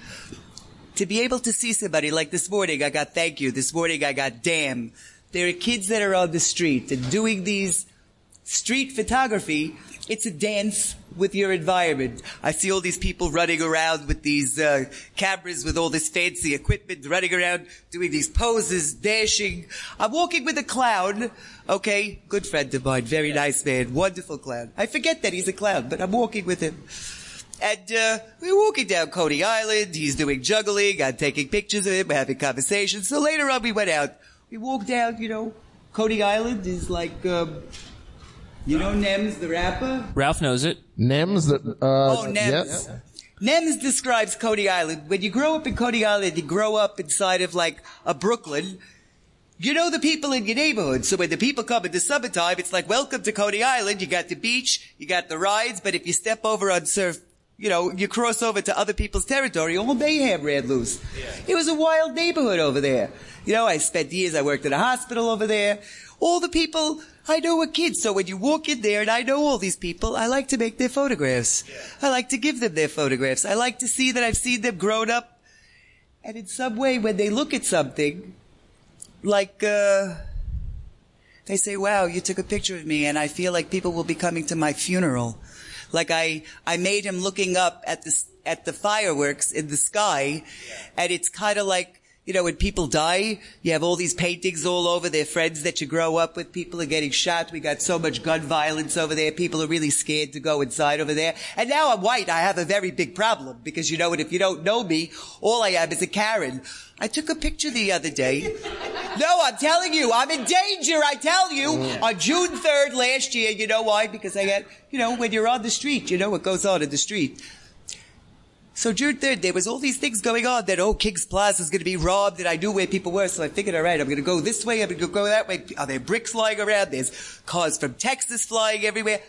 to be able to see somebody like this morning, I got thank you. This morning, I got damn. There are kids that are on the street and doing these street photography. It's a dance with your environment. I see all these people running around with these uh, cameras with all this fancy equipment, running around doing these poses, dashing. I'm walking with a clown. Okay, good friend of mine, very nice man, wonderful clown. I forget that he's a clown, but I'm walking with him. And uh, we we're walking down Coney Island. He's doing juggling. I'm taking pictures of him. We're having conversations. So later on, we went out. We walked down, you know, Coney Island is like, um, you know, Nems the rapper? Ralph knows it. Nems, the, uh, Oh, Nems. yeah. Nems describes Coney Island. When you grow up in Coney Island, you grow up inside of like a Brooklyn. You know the people in your neighborhood. So when the people come in the summertime, it's like, welcome to Coney Island. You got the beach, you got the rides, but if you step over on surf, you know, you cross over to other people's territory, all mayhem ran loose. It was a wild neighborhood over there. You know, I spent years, I worked in a hospital over there. All the people I know were kids. So when you walk in there and I know all these people, I like to make their photographs. I like to give them their photographs. I like to see that I've seen them grown up. And in some way, when they look at something, like uh, they say, "Wow, you took a picture of me," and I feel like people will be coming to my funeral. Like I, I made him looking up at the s- at the fireworks in the sky, and it's kind of like you know when people die, you have all these paintings all over their friends that you grow up with. People are getting shot. We got so much gun violence over there. People are really scared to go inside over there. And now I'm white. I have a very big problem because you know what? If you don't know me, all I am is a Karen. I took a picture the other day. No, I'm telling you, I'm in danger. I tell you, on June 3rd last year, you know why? Because I got, you know, when you're on the street, you know what goes on in the street. So June 3rd, there was all these things going on that, oh, King's Plaza is going to be robbed, and I knew where people were, so I figured, all right, I'm going to go this way, I'm going to go that way. Are there bricks lying around? There's cars from Texas flying everywhere.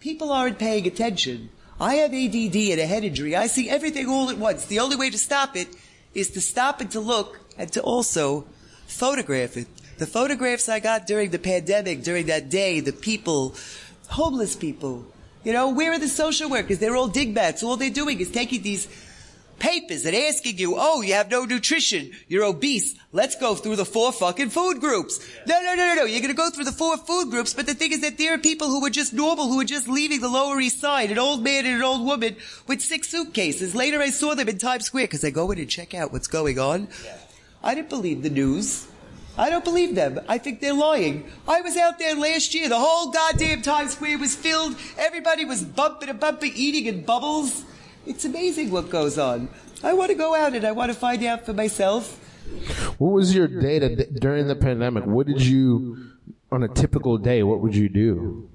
People aren't paying attention. I have ADD and a head injury. I see everything all at once. The only way to stop it is to stop and to look and to also photograph it. The photographs I got during the pandemic, during that day, the people, homeless people, you know, where are the social workers? They're all digbats. All they're doing is taking these papers and asking you, oh, you have no nutrition. You're obese. Let's go through the four fucking food groups. No, no, no, no, no. You're going to go through the four food groups. But the thing is that there are people who are just normal, who are just leaving the Lower East Side, an old man and an old woman with six suitcases. Later I saw them in Times Square because I go in and check out what's going on. I didn't believe the news. I don't believe them. I think they're lying. I was out there last year. The whole goddamn Times Square was filled. Everybody was bumping and bumping, eating in bubbles. It's amazing what goes on. I want to go out and I want to find out for myself. What was your day to, during the pandemic? What did you, on a typical day, what would you do?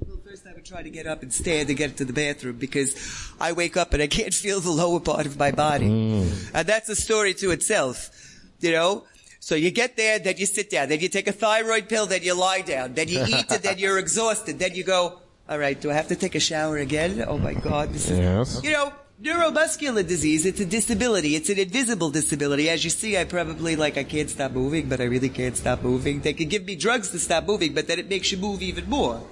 Well, first I would try to get up and stand to get to the bathroom because I wake up and I can't [laughs] feel the lower part of my body. And that's a story to itself, you know? So you get there, then you sit down, then you take a thyroid pill, then you lie down, then you eat, and then you're exhausted, then you go, all right, do I have to take a shower again? Oh my God, this is Yes. you know, neuromuscular disease, it's a disability. It's an invisible disability. As you see, I probably, like, I can't stop moving, but I really can't stop moving. They can give me drugs to stop moving, but then it makes you move even more.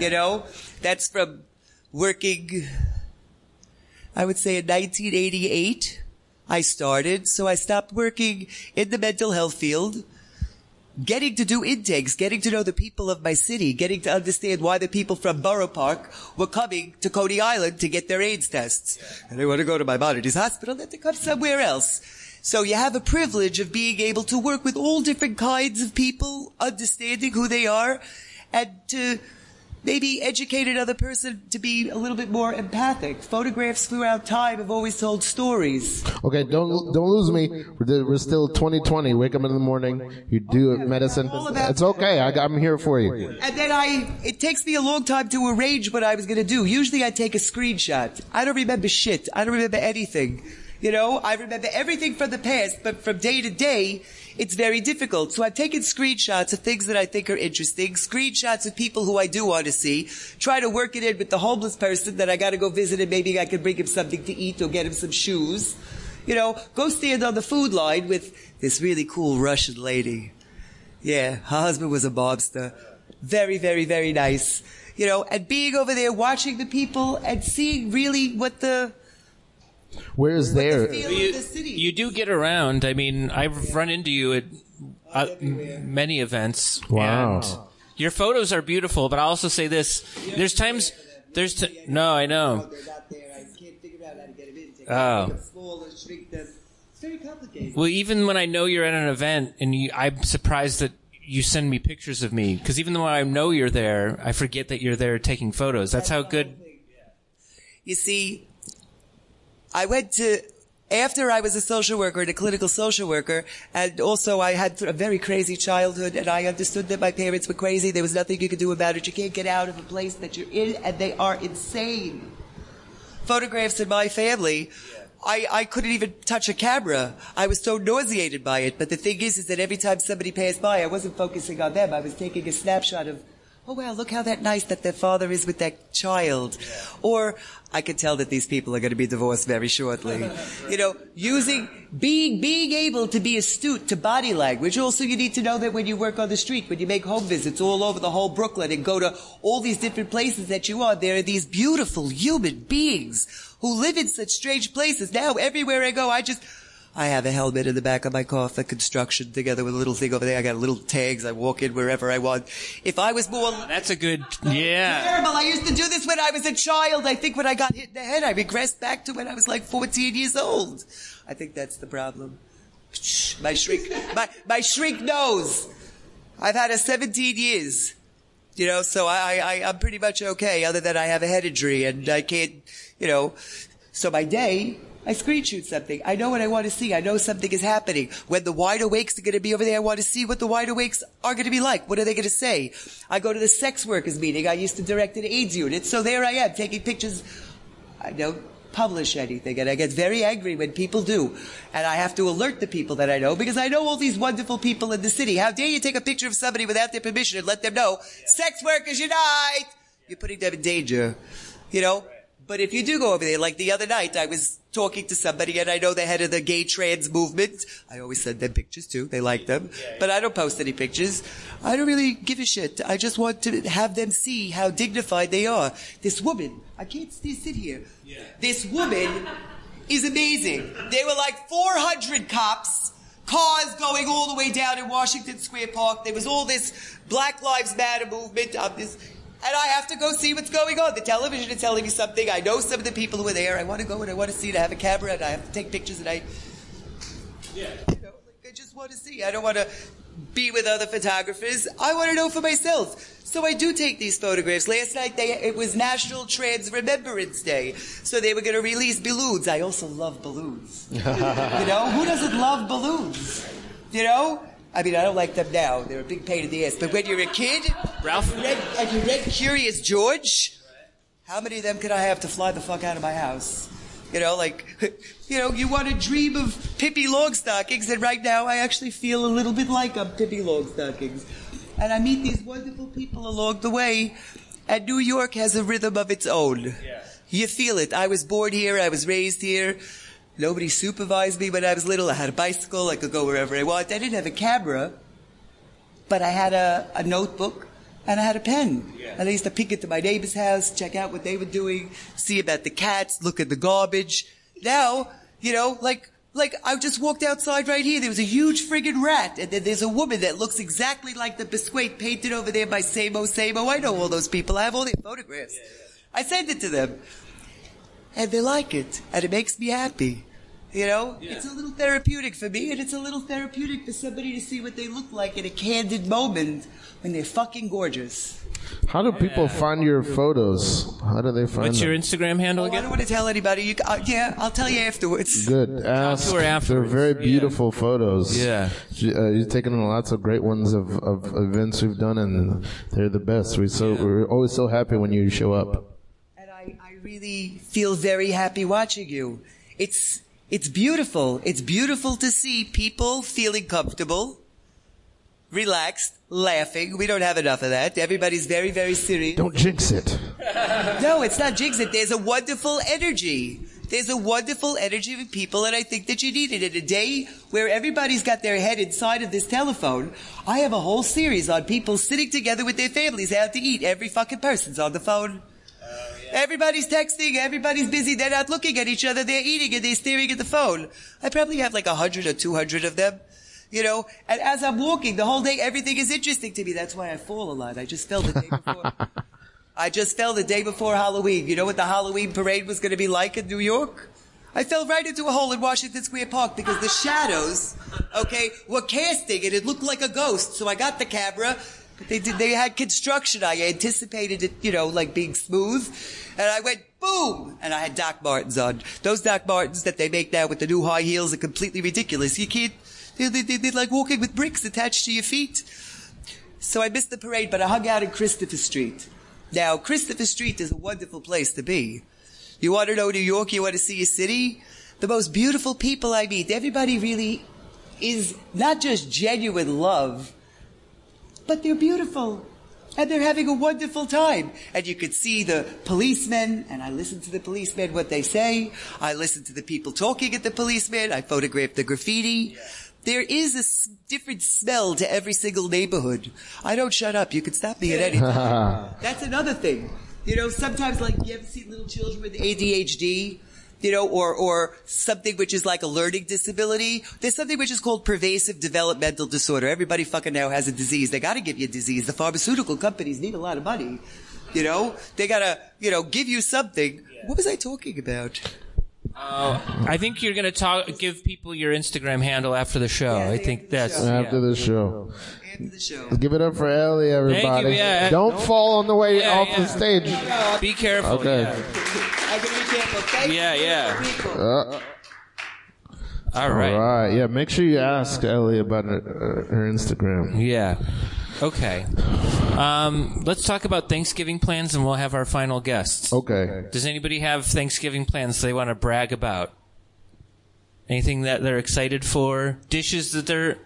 You know? That's from working, I would say in 1988, I started. So I stopped working in the mental health field getting to do intakes, getting to know the people of my city, getting to understand why the people from Borough Park were coming to Coney Island to get their AIDS tests. And they want to go to my modernity's hospital, then they come somewhere else. So you have a privilege of being able to work with all different kinds of people, understanding who they are, and to maybe educate another person to be a little bit more empathic. Photographs throughout time have always told stories. Okay, don't don't lose me. We're, we're still 2020. Wake up in the morning. You do medicine. All about- It's okay. I, I'm here for you. And then I, it takes me a long time to arrange what I was going to do. Usually I take a screenshot. I don't remember shit. I don't remember anything. You know, I remember everything from the past, but from day to day, it's very difficult. So I've taken screenshots of things that I think are interesting, screenshots of people who I do want to see, try to work it in with the homeless person that I got to go visit and maybe I can bring him something to eat or get him some shoes. You know, go stand on the food line with this really cool Russian lady. Yeah, her husband was a mobster. Very, very, very nice. You know, and being over there watching the people and seeing really what the, Where is the there? feel you, of the city. you do get around. I mean, I've run into you at uh, m- many events. Wow. and your photos are beautiful, but I'll also say this: there's times, there's t- no, I know. They're not there. I can't figure out how to get them in. Take Oh. them small and shrink them. It's very complicated. Well, even when I know you're at an event, and you, I'm surprised that you send me pictures of me because even though I know you're there, I forget that you're there taking photos. That's how good. You see, I went to, after I was a social worker and a clinical social worker, and also I had a very crazy childhood, and I understood that my parents were crazy. There was nothing you could do about it. You can't get out of a place that you're in, and they are insane. Photographs in my family, I, I couldn't even touch a camera. I was so nauseated by it. But the thing is, is that every time somebody passed by, I wasn't focusing on them. I was taking a snapshot of, oh wow, look how that nice that their father is with that child. Or I could tell that these people are going to be divorced very shortly. you know, using, being, being able to be astute to body language. Also, you need to know that when you work on the street, when you make home visits all over the whole Brooklyn and go to all these different places that you are, there are these beautiful human beings who live in such strange places. Now, everywhere I go, I just, I have a helmet in the back of my car for construction together with a little thing over there. I got little tags. I walk in wherever I want. If I was more That's a good. Yeah. terrible, I used to do this when I was a child. I think when I got hit in the head, I regressed back to when I was like 14 years old. I think that's the problem. My shrink, my, my shrink knows. I've had a 17 years. You know, so I, I, I'm pretty much okay, other than I have a head injury and I can't, you know. So my day, I screen shoot something. I know what I want to see. I know something is happening. When the wide awakes are going to be over there, I want to see what the wide awakes are going to be like. What are they going to say? I go to the sex workers meeting. I used to direct an AIDS unit. So there I am taking pictures. I don't publish anything and I get very angry when people do. And I have to alert the people that I know because I know all these wonderful people in the city. How dare you take a picture of somebody without their permission and let them know, sex workers unite! You're putting them in danger. You know? But if you do go over there, like the other night, I was talking to somebody and I know the head of the gay trans movement. I always send them pictures too. They like them. But I don't post any pictures. I don't really give a shit. I just want to have them see how dignified they are. This woman, I can't still sit here. This woman is amazing. There were like 400 cops. Cars going all the way down in Washington Square Park. There was all this Black Lives Matter movement of this and I have to go see what's going on. The television is telling me something. I know some of the people who are there. I want to go and I want to see it. I have a camera and I have to take pictures and I, you know, like I just want to see. I don't want to be with other photographers. I want to know for myself. So I do take these photographs. Last night they, it was National Trans Remembrance Day. So they were going to release balloons. I also love balloons. you know, who doesn't love balloons? You know? I mean, I don't like them now. They're a big pain in the ass. But when you're a kid, Ralph? have you read, have you read Curious George? How many of them could I have to fly the fuck out of my house? You know, like, [laughs] you know, you want to dream of Pippi Longstockings, and right now I actually feel a little bit like I'm Pippi Longstockings. And I meet these wonderful people along the way, and New York has a rhythm of its own. You feel it. I was born here, I was raised here. Nobody supervised me when I was little. I had a bicycle, I could go wherever I want. I didn't have a camera but I had a, a notebook and I had a pen. And I used to peek into my neighbor's house, check out what they were doing, see about the cats, look at the garbage. Now, you know, like, like I just walked outside right here. There was a huge friggin' rat, and then there's a woman that looks exactly like the Bisquate painted over there by Samo Samo. I know all those people. I have all their photographs. I send it to them, and they like it, and it makes me happy. You know, it's a little therapeutic for me, and it's a little therapeutic for somebody to see what they look like in a candid moment when they're fucking gorgeous. How do people find your photos? How do they find What's your them? Instagram handle I again? don't want to tell anybody. You, uh, yeah, I'll tell you afterwards. Good. Ask. her They're afterwards. very Yeah. beautiful photos. Yeah. She, uh, you've taken lots of great ones of, of events we've done, and they're the best. We so we're always so happy when you show up. And I, I really feel very happy watching you. It's it's beautiful. It's beautiful to see people feeling comfortable, relaxed, laughing. We don't have enough of that. Everybody's very very serious. Don't [laughs] jinx it. No, it's not jigs. It there's a wonderful energy. There's a wonderful energy of people, and I think that you need it. In a day where everybody's got their head inside of this telephone, I have a whole series on people sitting together with their families out to eat. Every fucking person's on the phone. Everybody's texting, everybody's busy, they're not looking at each other, they're eating and they're staring at the phone. I probably have like a hundred or two hundred of them. You know, and as I'm walking the whole day, everything is interesting to me. That's why I fall a lot. I just fell the day before. I just fell the day before Halloween. You know what the Halloween parade was going to be like in New York? I fell right into a hole in Washington Square Park because the shadows, okay, were casting and it looked like a ghost. So I got the camera. But they did, they had construction. I anticipated it, you know, like being smooth. And I went boom! And I had Doc Martens on. Those Doc Martens that they make now with the new high heels are completely ridiculous. You can't, they they they- they're like walking with bricks attached to your feet. So I missed the parade, but I hung out in Christopher Street. Now, Christopher Street is a wonderful place to be. You want to know New York? You want to see a city? The most beautiful people I meet. Everybody really is not just genuine love, but they're beautiful. And they're having a wonderful time. And you could see the policemen, and I listen to the policemen, what they say. I listen to the people talking at the policemen. I photograph the graffiti. There is a s- different smell to every single neighborhood. I don't shut up. You can stop me at any time. That's another thing. You know, sometimes like you ever see little children with ADHD, you know, or or something which is like a learning disability. There's something which is called pervasive developmental disorder. Everybody fucking now has a disease. They got to give you a disease. The pharmaceutical companies need a lot of money. You know, they got to, you know, give you something. What was I talking about? I think you're going to talk, give people your Instagram handle after the show. I think that's. After the show, End of [laughs] the show. give it up for Ellie, everybody. yeah. Don't fall on the way Yeah, off yeah. the stage. Be careful. Okay. Yeah. I can be careful. Thank Yeah, yeah. you. People. Uh, All right. All right. Yeah. Make sure you ask Ellie about her, uh, her Instagram. Yeah. Okay. Um, let's talk about Thanksgiving plans and we'll have our final guests. Okay. Does anybody have Thanksgiving plans they want to brag about? Anything that they're excited for? Dishes that they're.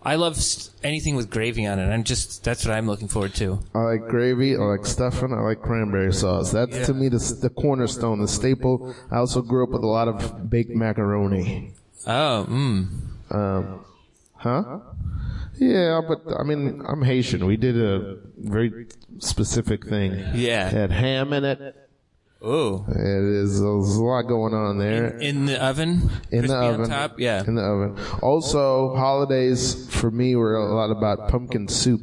I love s- anything with gravy on it. I'm just. That's what I'm looking forward to. I like gravy. I like stuffing. I like cranberry sauce. That's to me the, the cornerstone, the staple. I also grew up with a lot of baked macaroni. Oh, mm. Um, Huh? Yeah, but I mean, I'm Haitian. We did a very specific thing. Yeah. It had ham in it. It Oh. is there's a lot going on there. In the oven? in Crispy the oven. On top? Yeah. In the oven. Also, holidays for me were a lot about pumpkin soup.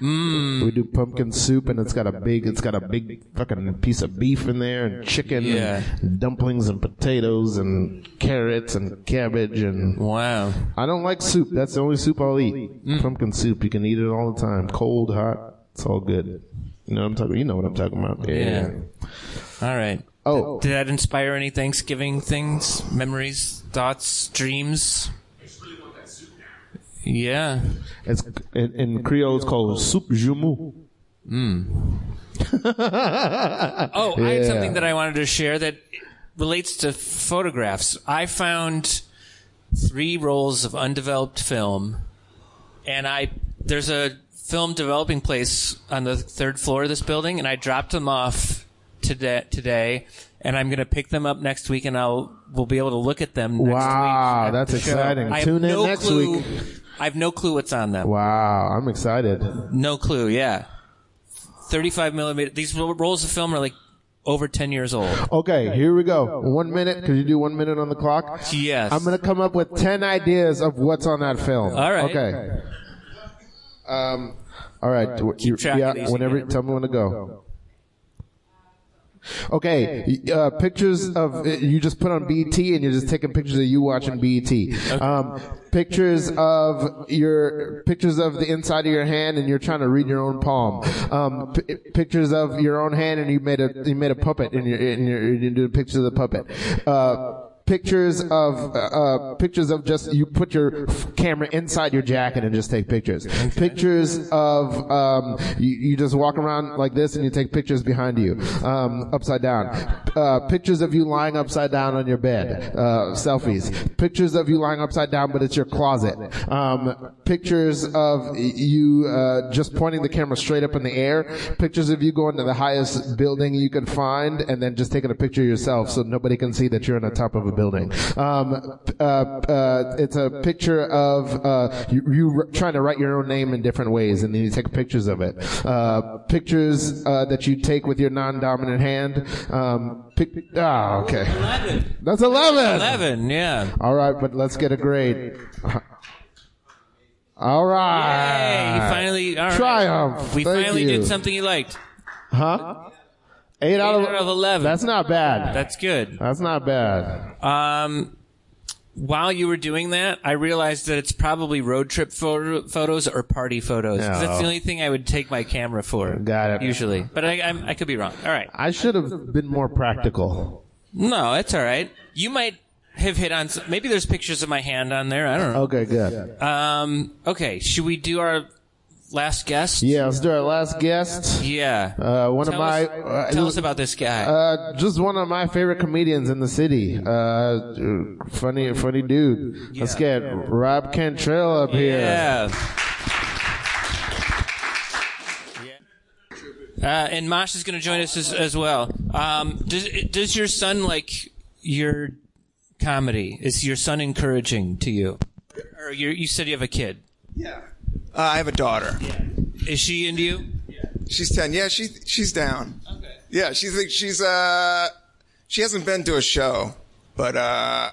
Mm. We do pumpkin soup, and it's got a big, it's got a big fucking piece of beef in there, and chicken, Yeah. and dumplings, and potatoes, and carrots, and cabbage, and wow. I don't like soup. That's the only soup I'll eat. Mm. Pumpkin soup. You can eat it all the time, cold, hot. It's all good. You know what I'm talking. You know what I'm talking about. Yeah. Yeah. All right. Oh, Did that inspire any Thanksgiving things, memories, thoughts, dreams? Yeah. it's in, in Creole it's called soup jumu. Oh, I had Yeah. something that I wanted to share that relates to photographs. I found three rolls of undeveloped film, and I there's a film developing place on the third floor of this building, and I dropped them off today. Today, and I'm going to pick them up next week, and I'll we'll be able to look at them. Next Wow, week at that's the show. exciting. I have Tune in no next clue- week. I have no clue what's on them. Wow, I'm excited. No clue. Yeah, thirty-five millimeter. These ro- rolls of film are like over ten years old. Okay, here we go. One minute. Could you do one minute on the clock? Yes. I'm gonna come up with ten ideas of what's on that film. All right. Okay. Um. All right. You- track of yeah. these. Whenever. Tell me when to go. Okay. y- Uh, pictures of you just put on BT and you're just taking pictures of you watching BT. Um, pictures of your pictures of the inside of your hand and you're trying to read your own palm. Um, p- pictures of your own hand and you made a you made a puppet and you're and you're, you're doing pictures of the puppet. Uh, pictures of uh, uh, pictures of just you put your f- camera inside your jacket and just take pictures. Pictures of um, you, you just walk around like this and you take pictures behind you, um, upside down. Uh, pictures of you lying upside down on your bed, uh, selfies. Pictures of you lying upside down, but it's your closet. Um, pictures of you uh, just pointing the camera straight up in the air. Pictures of you going to the highest building you can find and then just taking a picture of yourself so nobody can see that you're on the top of a building. Um, uh, uh, it's a picture of uh, you, you r- trying to write your own name in different ways and then you take pictures of it. Uh, pictures uh, that you take with your non-dominant hand. Um, pic- ah, okay. That's 11. Eleven, yeah. All right, but let's get a grade. [laughs] All Hey, you right. finally all right. Triumph. We Thank finally you. did something you liked. Huh? Eight, Eight out of, out of eleven. That's not bad. That's good. That's not bad. Um, while you were doing that, I realized that it's probably road trip photo- photos or party photos. 'cause That's the No. only thing I would take my camera for. Got it. Usually, but I, I'm, I could be wrong. All right. I should have been more practical. No, it's all right. You might have hit on. Some, maybe there's pictures of my hand on there. I don't know. Okay, good. Um. Okay. Should we do our last guest? Yeah, let's do our last guest. Yeah. Uh, one of tell my. us, uh, tell us about this guy. Uh, just one of my favorite comedians in the city. Uh, funny, funny dude. Let's get Rob Cantrell up here. Yeah. Uh, and Mosh is going to join us as, as well. Um, does does your son like your comedy? Is your son encouraging to you? Or you you said you have a kid. Yeah. Uh, I have a daughter. Is she into you? She's ten. Yeah, she she's down. Okay. Yeah, she's like she's uh she hasn't been to a show, but uh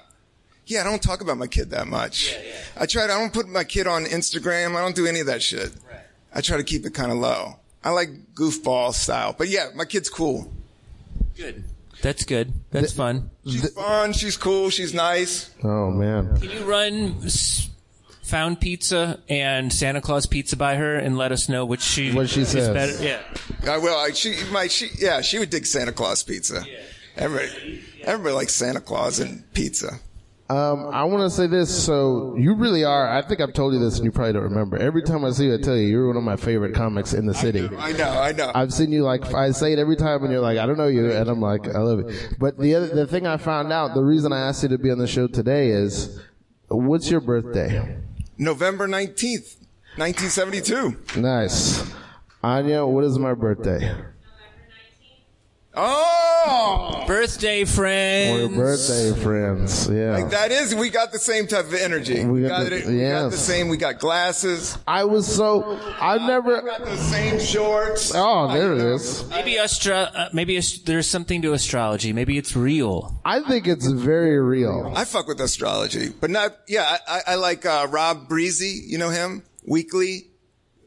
yeah, I don't talk about my kid that much. Yeah, yeah. I try to I don't put my kid on Instagram. I don't do any of that shit. Right. I try to keep it kind of low. I like goofball style, but yeah, my kid's cool. Good. That's good. That's fun. She's fun. She's cool. She's nice. Oh man. Can you run s- Found Pizza and Santa Claus Pizza by her and let us know which she What she is says. better? Yeah. I will. I, she, my, she, yeah, she would dig Santa Claus pizza. Everybody, everybody likes Santa Claus and pizza. Um, I want to say this. So you really are. I think I've told you this, and you probably don't remember. Every time I see you, I tell you you're one of my favorite comics in the city. I know. I know. I've seen you like I say it every time, and you're like, I don't know you, and I'm like, I love it. But the other, the thing I found out, the reason I asked you to be on the show today is, what's your birthday? November 19th, 1972. Nice, Anya. What is my birthday? November 19th. Oh! Birthday Your friends. birthday, friends. Yeah. That is, we got the same type of energy. We We got got, the- it, we got yes. the same, we got glasses, I was so I've we got never. the same shorts. Oh, there it is. Maybe astro- uh, maybe ast- there's something to astrology. Maybe it's real. I think it's very real. I fuck with astrology, but not, yeah, I, I, I like, uh, Rob Breezy, you know him? Weekly.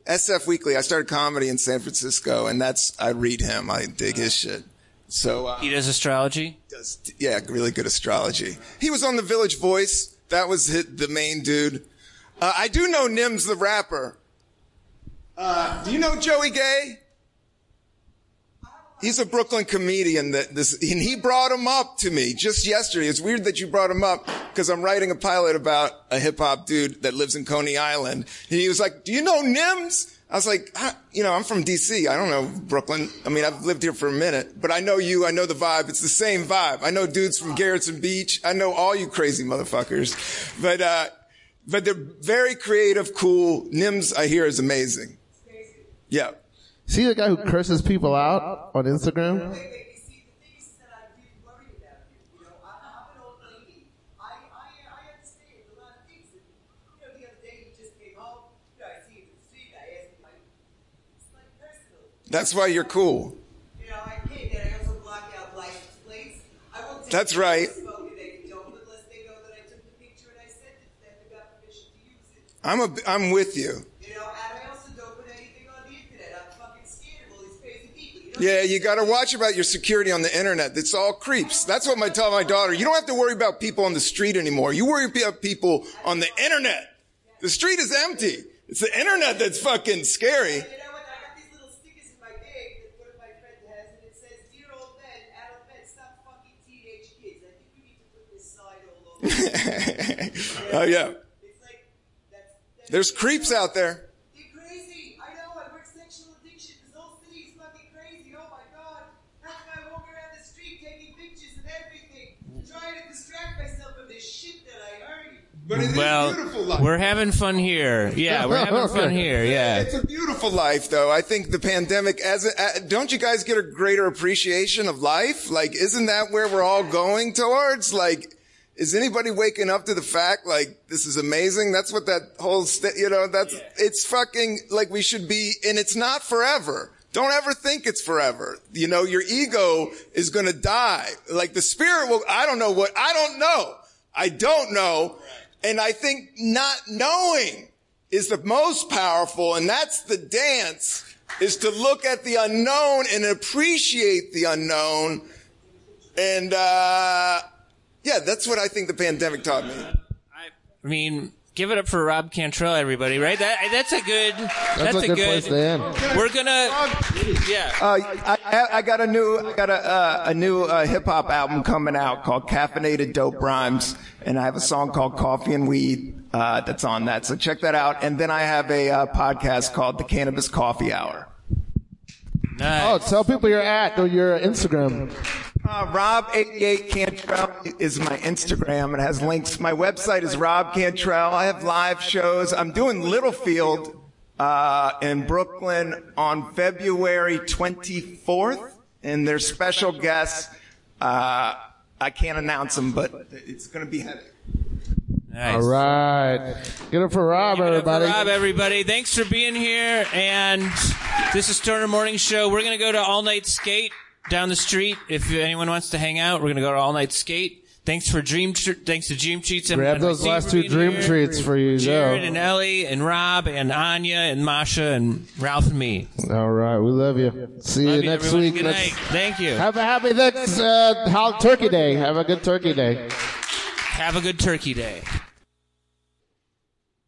SF Weekly. I started comedy in San Francisco and that's, I read him. I dig his shit. So, uh, He does astrology. does yeah really good astrology he was on the village voice that was hit, the main dude uh, i do know nims the rapper uh, do you know joey gay He's a Brooklyn comedian that this, and he brought him up to me just yesterday. It's weird that you brought him up because I'm writing a pilot about a hip hop dude that lives in Coney Island. And he was like, do you know Nims? I was like, I, you know, I'm from DC. I don't know Brooklyn. I mean, I've lived here for a minute, but I know you. I know the vibe. It's the same vibe. I know dudes from Garrison Beach. I know all you crazy motherfuckers, but, uh, but they're very creative, cool. Nims, I hear, is amazing. Yeah. Is he the guy who curses people out on Instagram? Wait, you see, the thing is that I did worry about you. You know, I, I'm an old lady. I, I, I understand a lot of things. And, you know, the other day you just came home. You know, I see you in the street. I asked you, like, it's like personal. That's why you're cool. You know, I can't. And I also block out license plates. I won't take That's pictures right. of smoke that you don't unless they know that I took the picture and I sent it to them and got permission to use it. I'm a, I'm with you. You know, and I also don't put anything on the internet. I'm fucking scared of all these crazy people. You know, Yeah, you gotta watch about your security on the internet. It's all creeps. That's what I tell my daughter. You don't have to worry about people on the street anymore. You worry about people on the internet. The street is empty. It's the internet that's fucking scary. [laughs] You know what? I got these little stickers in my bag that one of my friends has, and it says, "Dear old men, adult men, stop fucking teenage kids." I think we need to put this sign all over. Oh yeah. it's like that's, that's There's creeps out there. They're crazy. I know. I work sexual addiction. This whole city is fucking crazy. Oh my god. How can I walk around the street taking pictures and everything, trying to distract myself from this shit that I already. But it is a beautiful well, life. we're having fun here. Yeah, [laughs] we're having fun here. Yeah. It's a beautiful life, though. I think the pandemic, as a, uh, don't you guys get a greater appreciation of life? Like, isn't that where we're all going towards? Like, is anybody waking up to the fact like this is amazing? That's what that whole, st- you know, that's it's fucking like we should be, and it's not forever. Don't ever think it's forever. You know, your ego is going to die. Like the spirit will. I don't know what. I don't know. I don't know. And I think not knowing is the most powerful, and that's the dance, is to look at the unknown and appreciate the unknown. And, uh, yeah, that's what I think the pandemic taught me. I mean, give it up for Rob Cantrell, everybody. Right? That that's a good. That's, That's a good place to end. We're gonna. Yeah. Uh, I, I- I got a new, I got a, uh, a new uh, hip hop album coming out called Caffeinated Dope Rhymes, and I have a song called Coffee and Weed uh, that's on that. So check that out. And then I have a uh, podcast called The Cannabis Coffee Hour. Oh, tell people you're at or your Instagram. Uh, Rob88 Cantrell is my Instagram. It has links. My website is Rob Cantrell. I have live shows. I'm doing Littlefield uh, in Brooklyn on February 24th, and there's special guests. Uh, I can't announce them, but it's going to be heavy. Nice. All right. Get up for Rob, Give it up for everybody. Rob, everybody. Thanks for being here. And this is Turner Morning Show. We're going to go to All Night Skate down the street. If anyone wants to hang out, we're going to go to All Night Skate. Thanks for Dream. Tr- thanks to Dream Treats. And, Grab and my those team last for two being dream here. treats for you, Jared and Joe. Ellie and Rob and Anya and Masha and Ralph and me. All right. We love you. See Love you you, next everyone. week. Good Let's- night. Thank you. Have a happy next uh, hol- Turkey Day. Have a good Turkey Day. Have a good Turkey Day.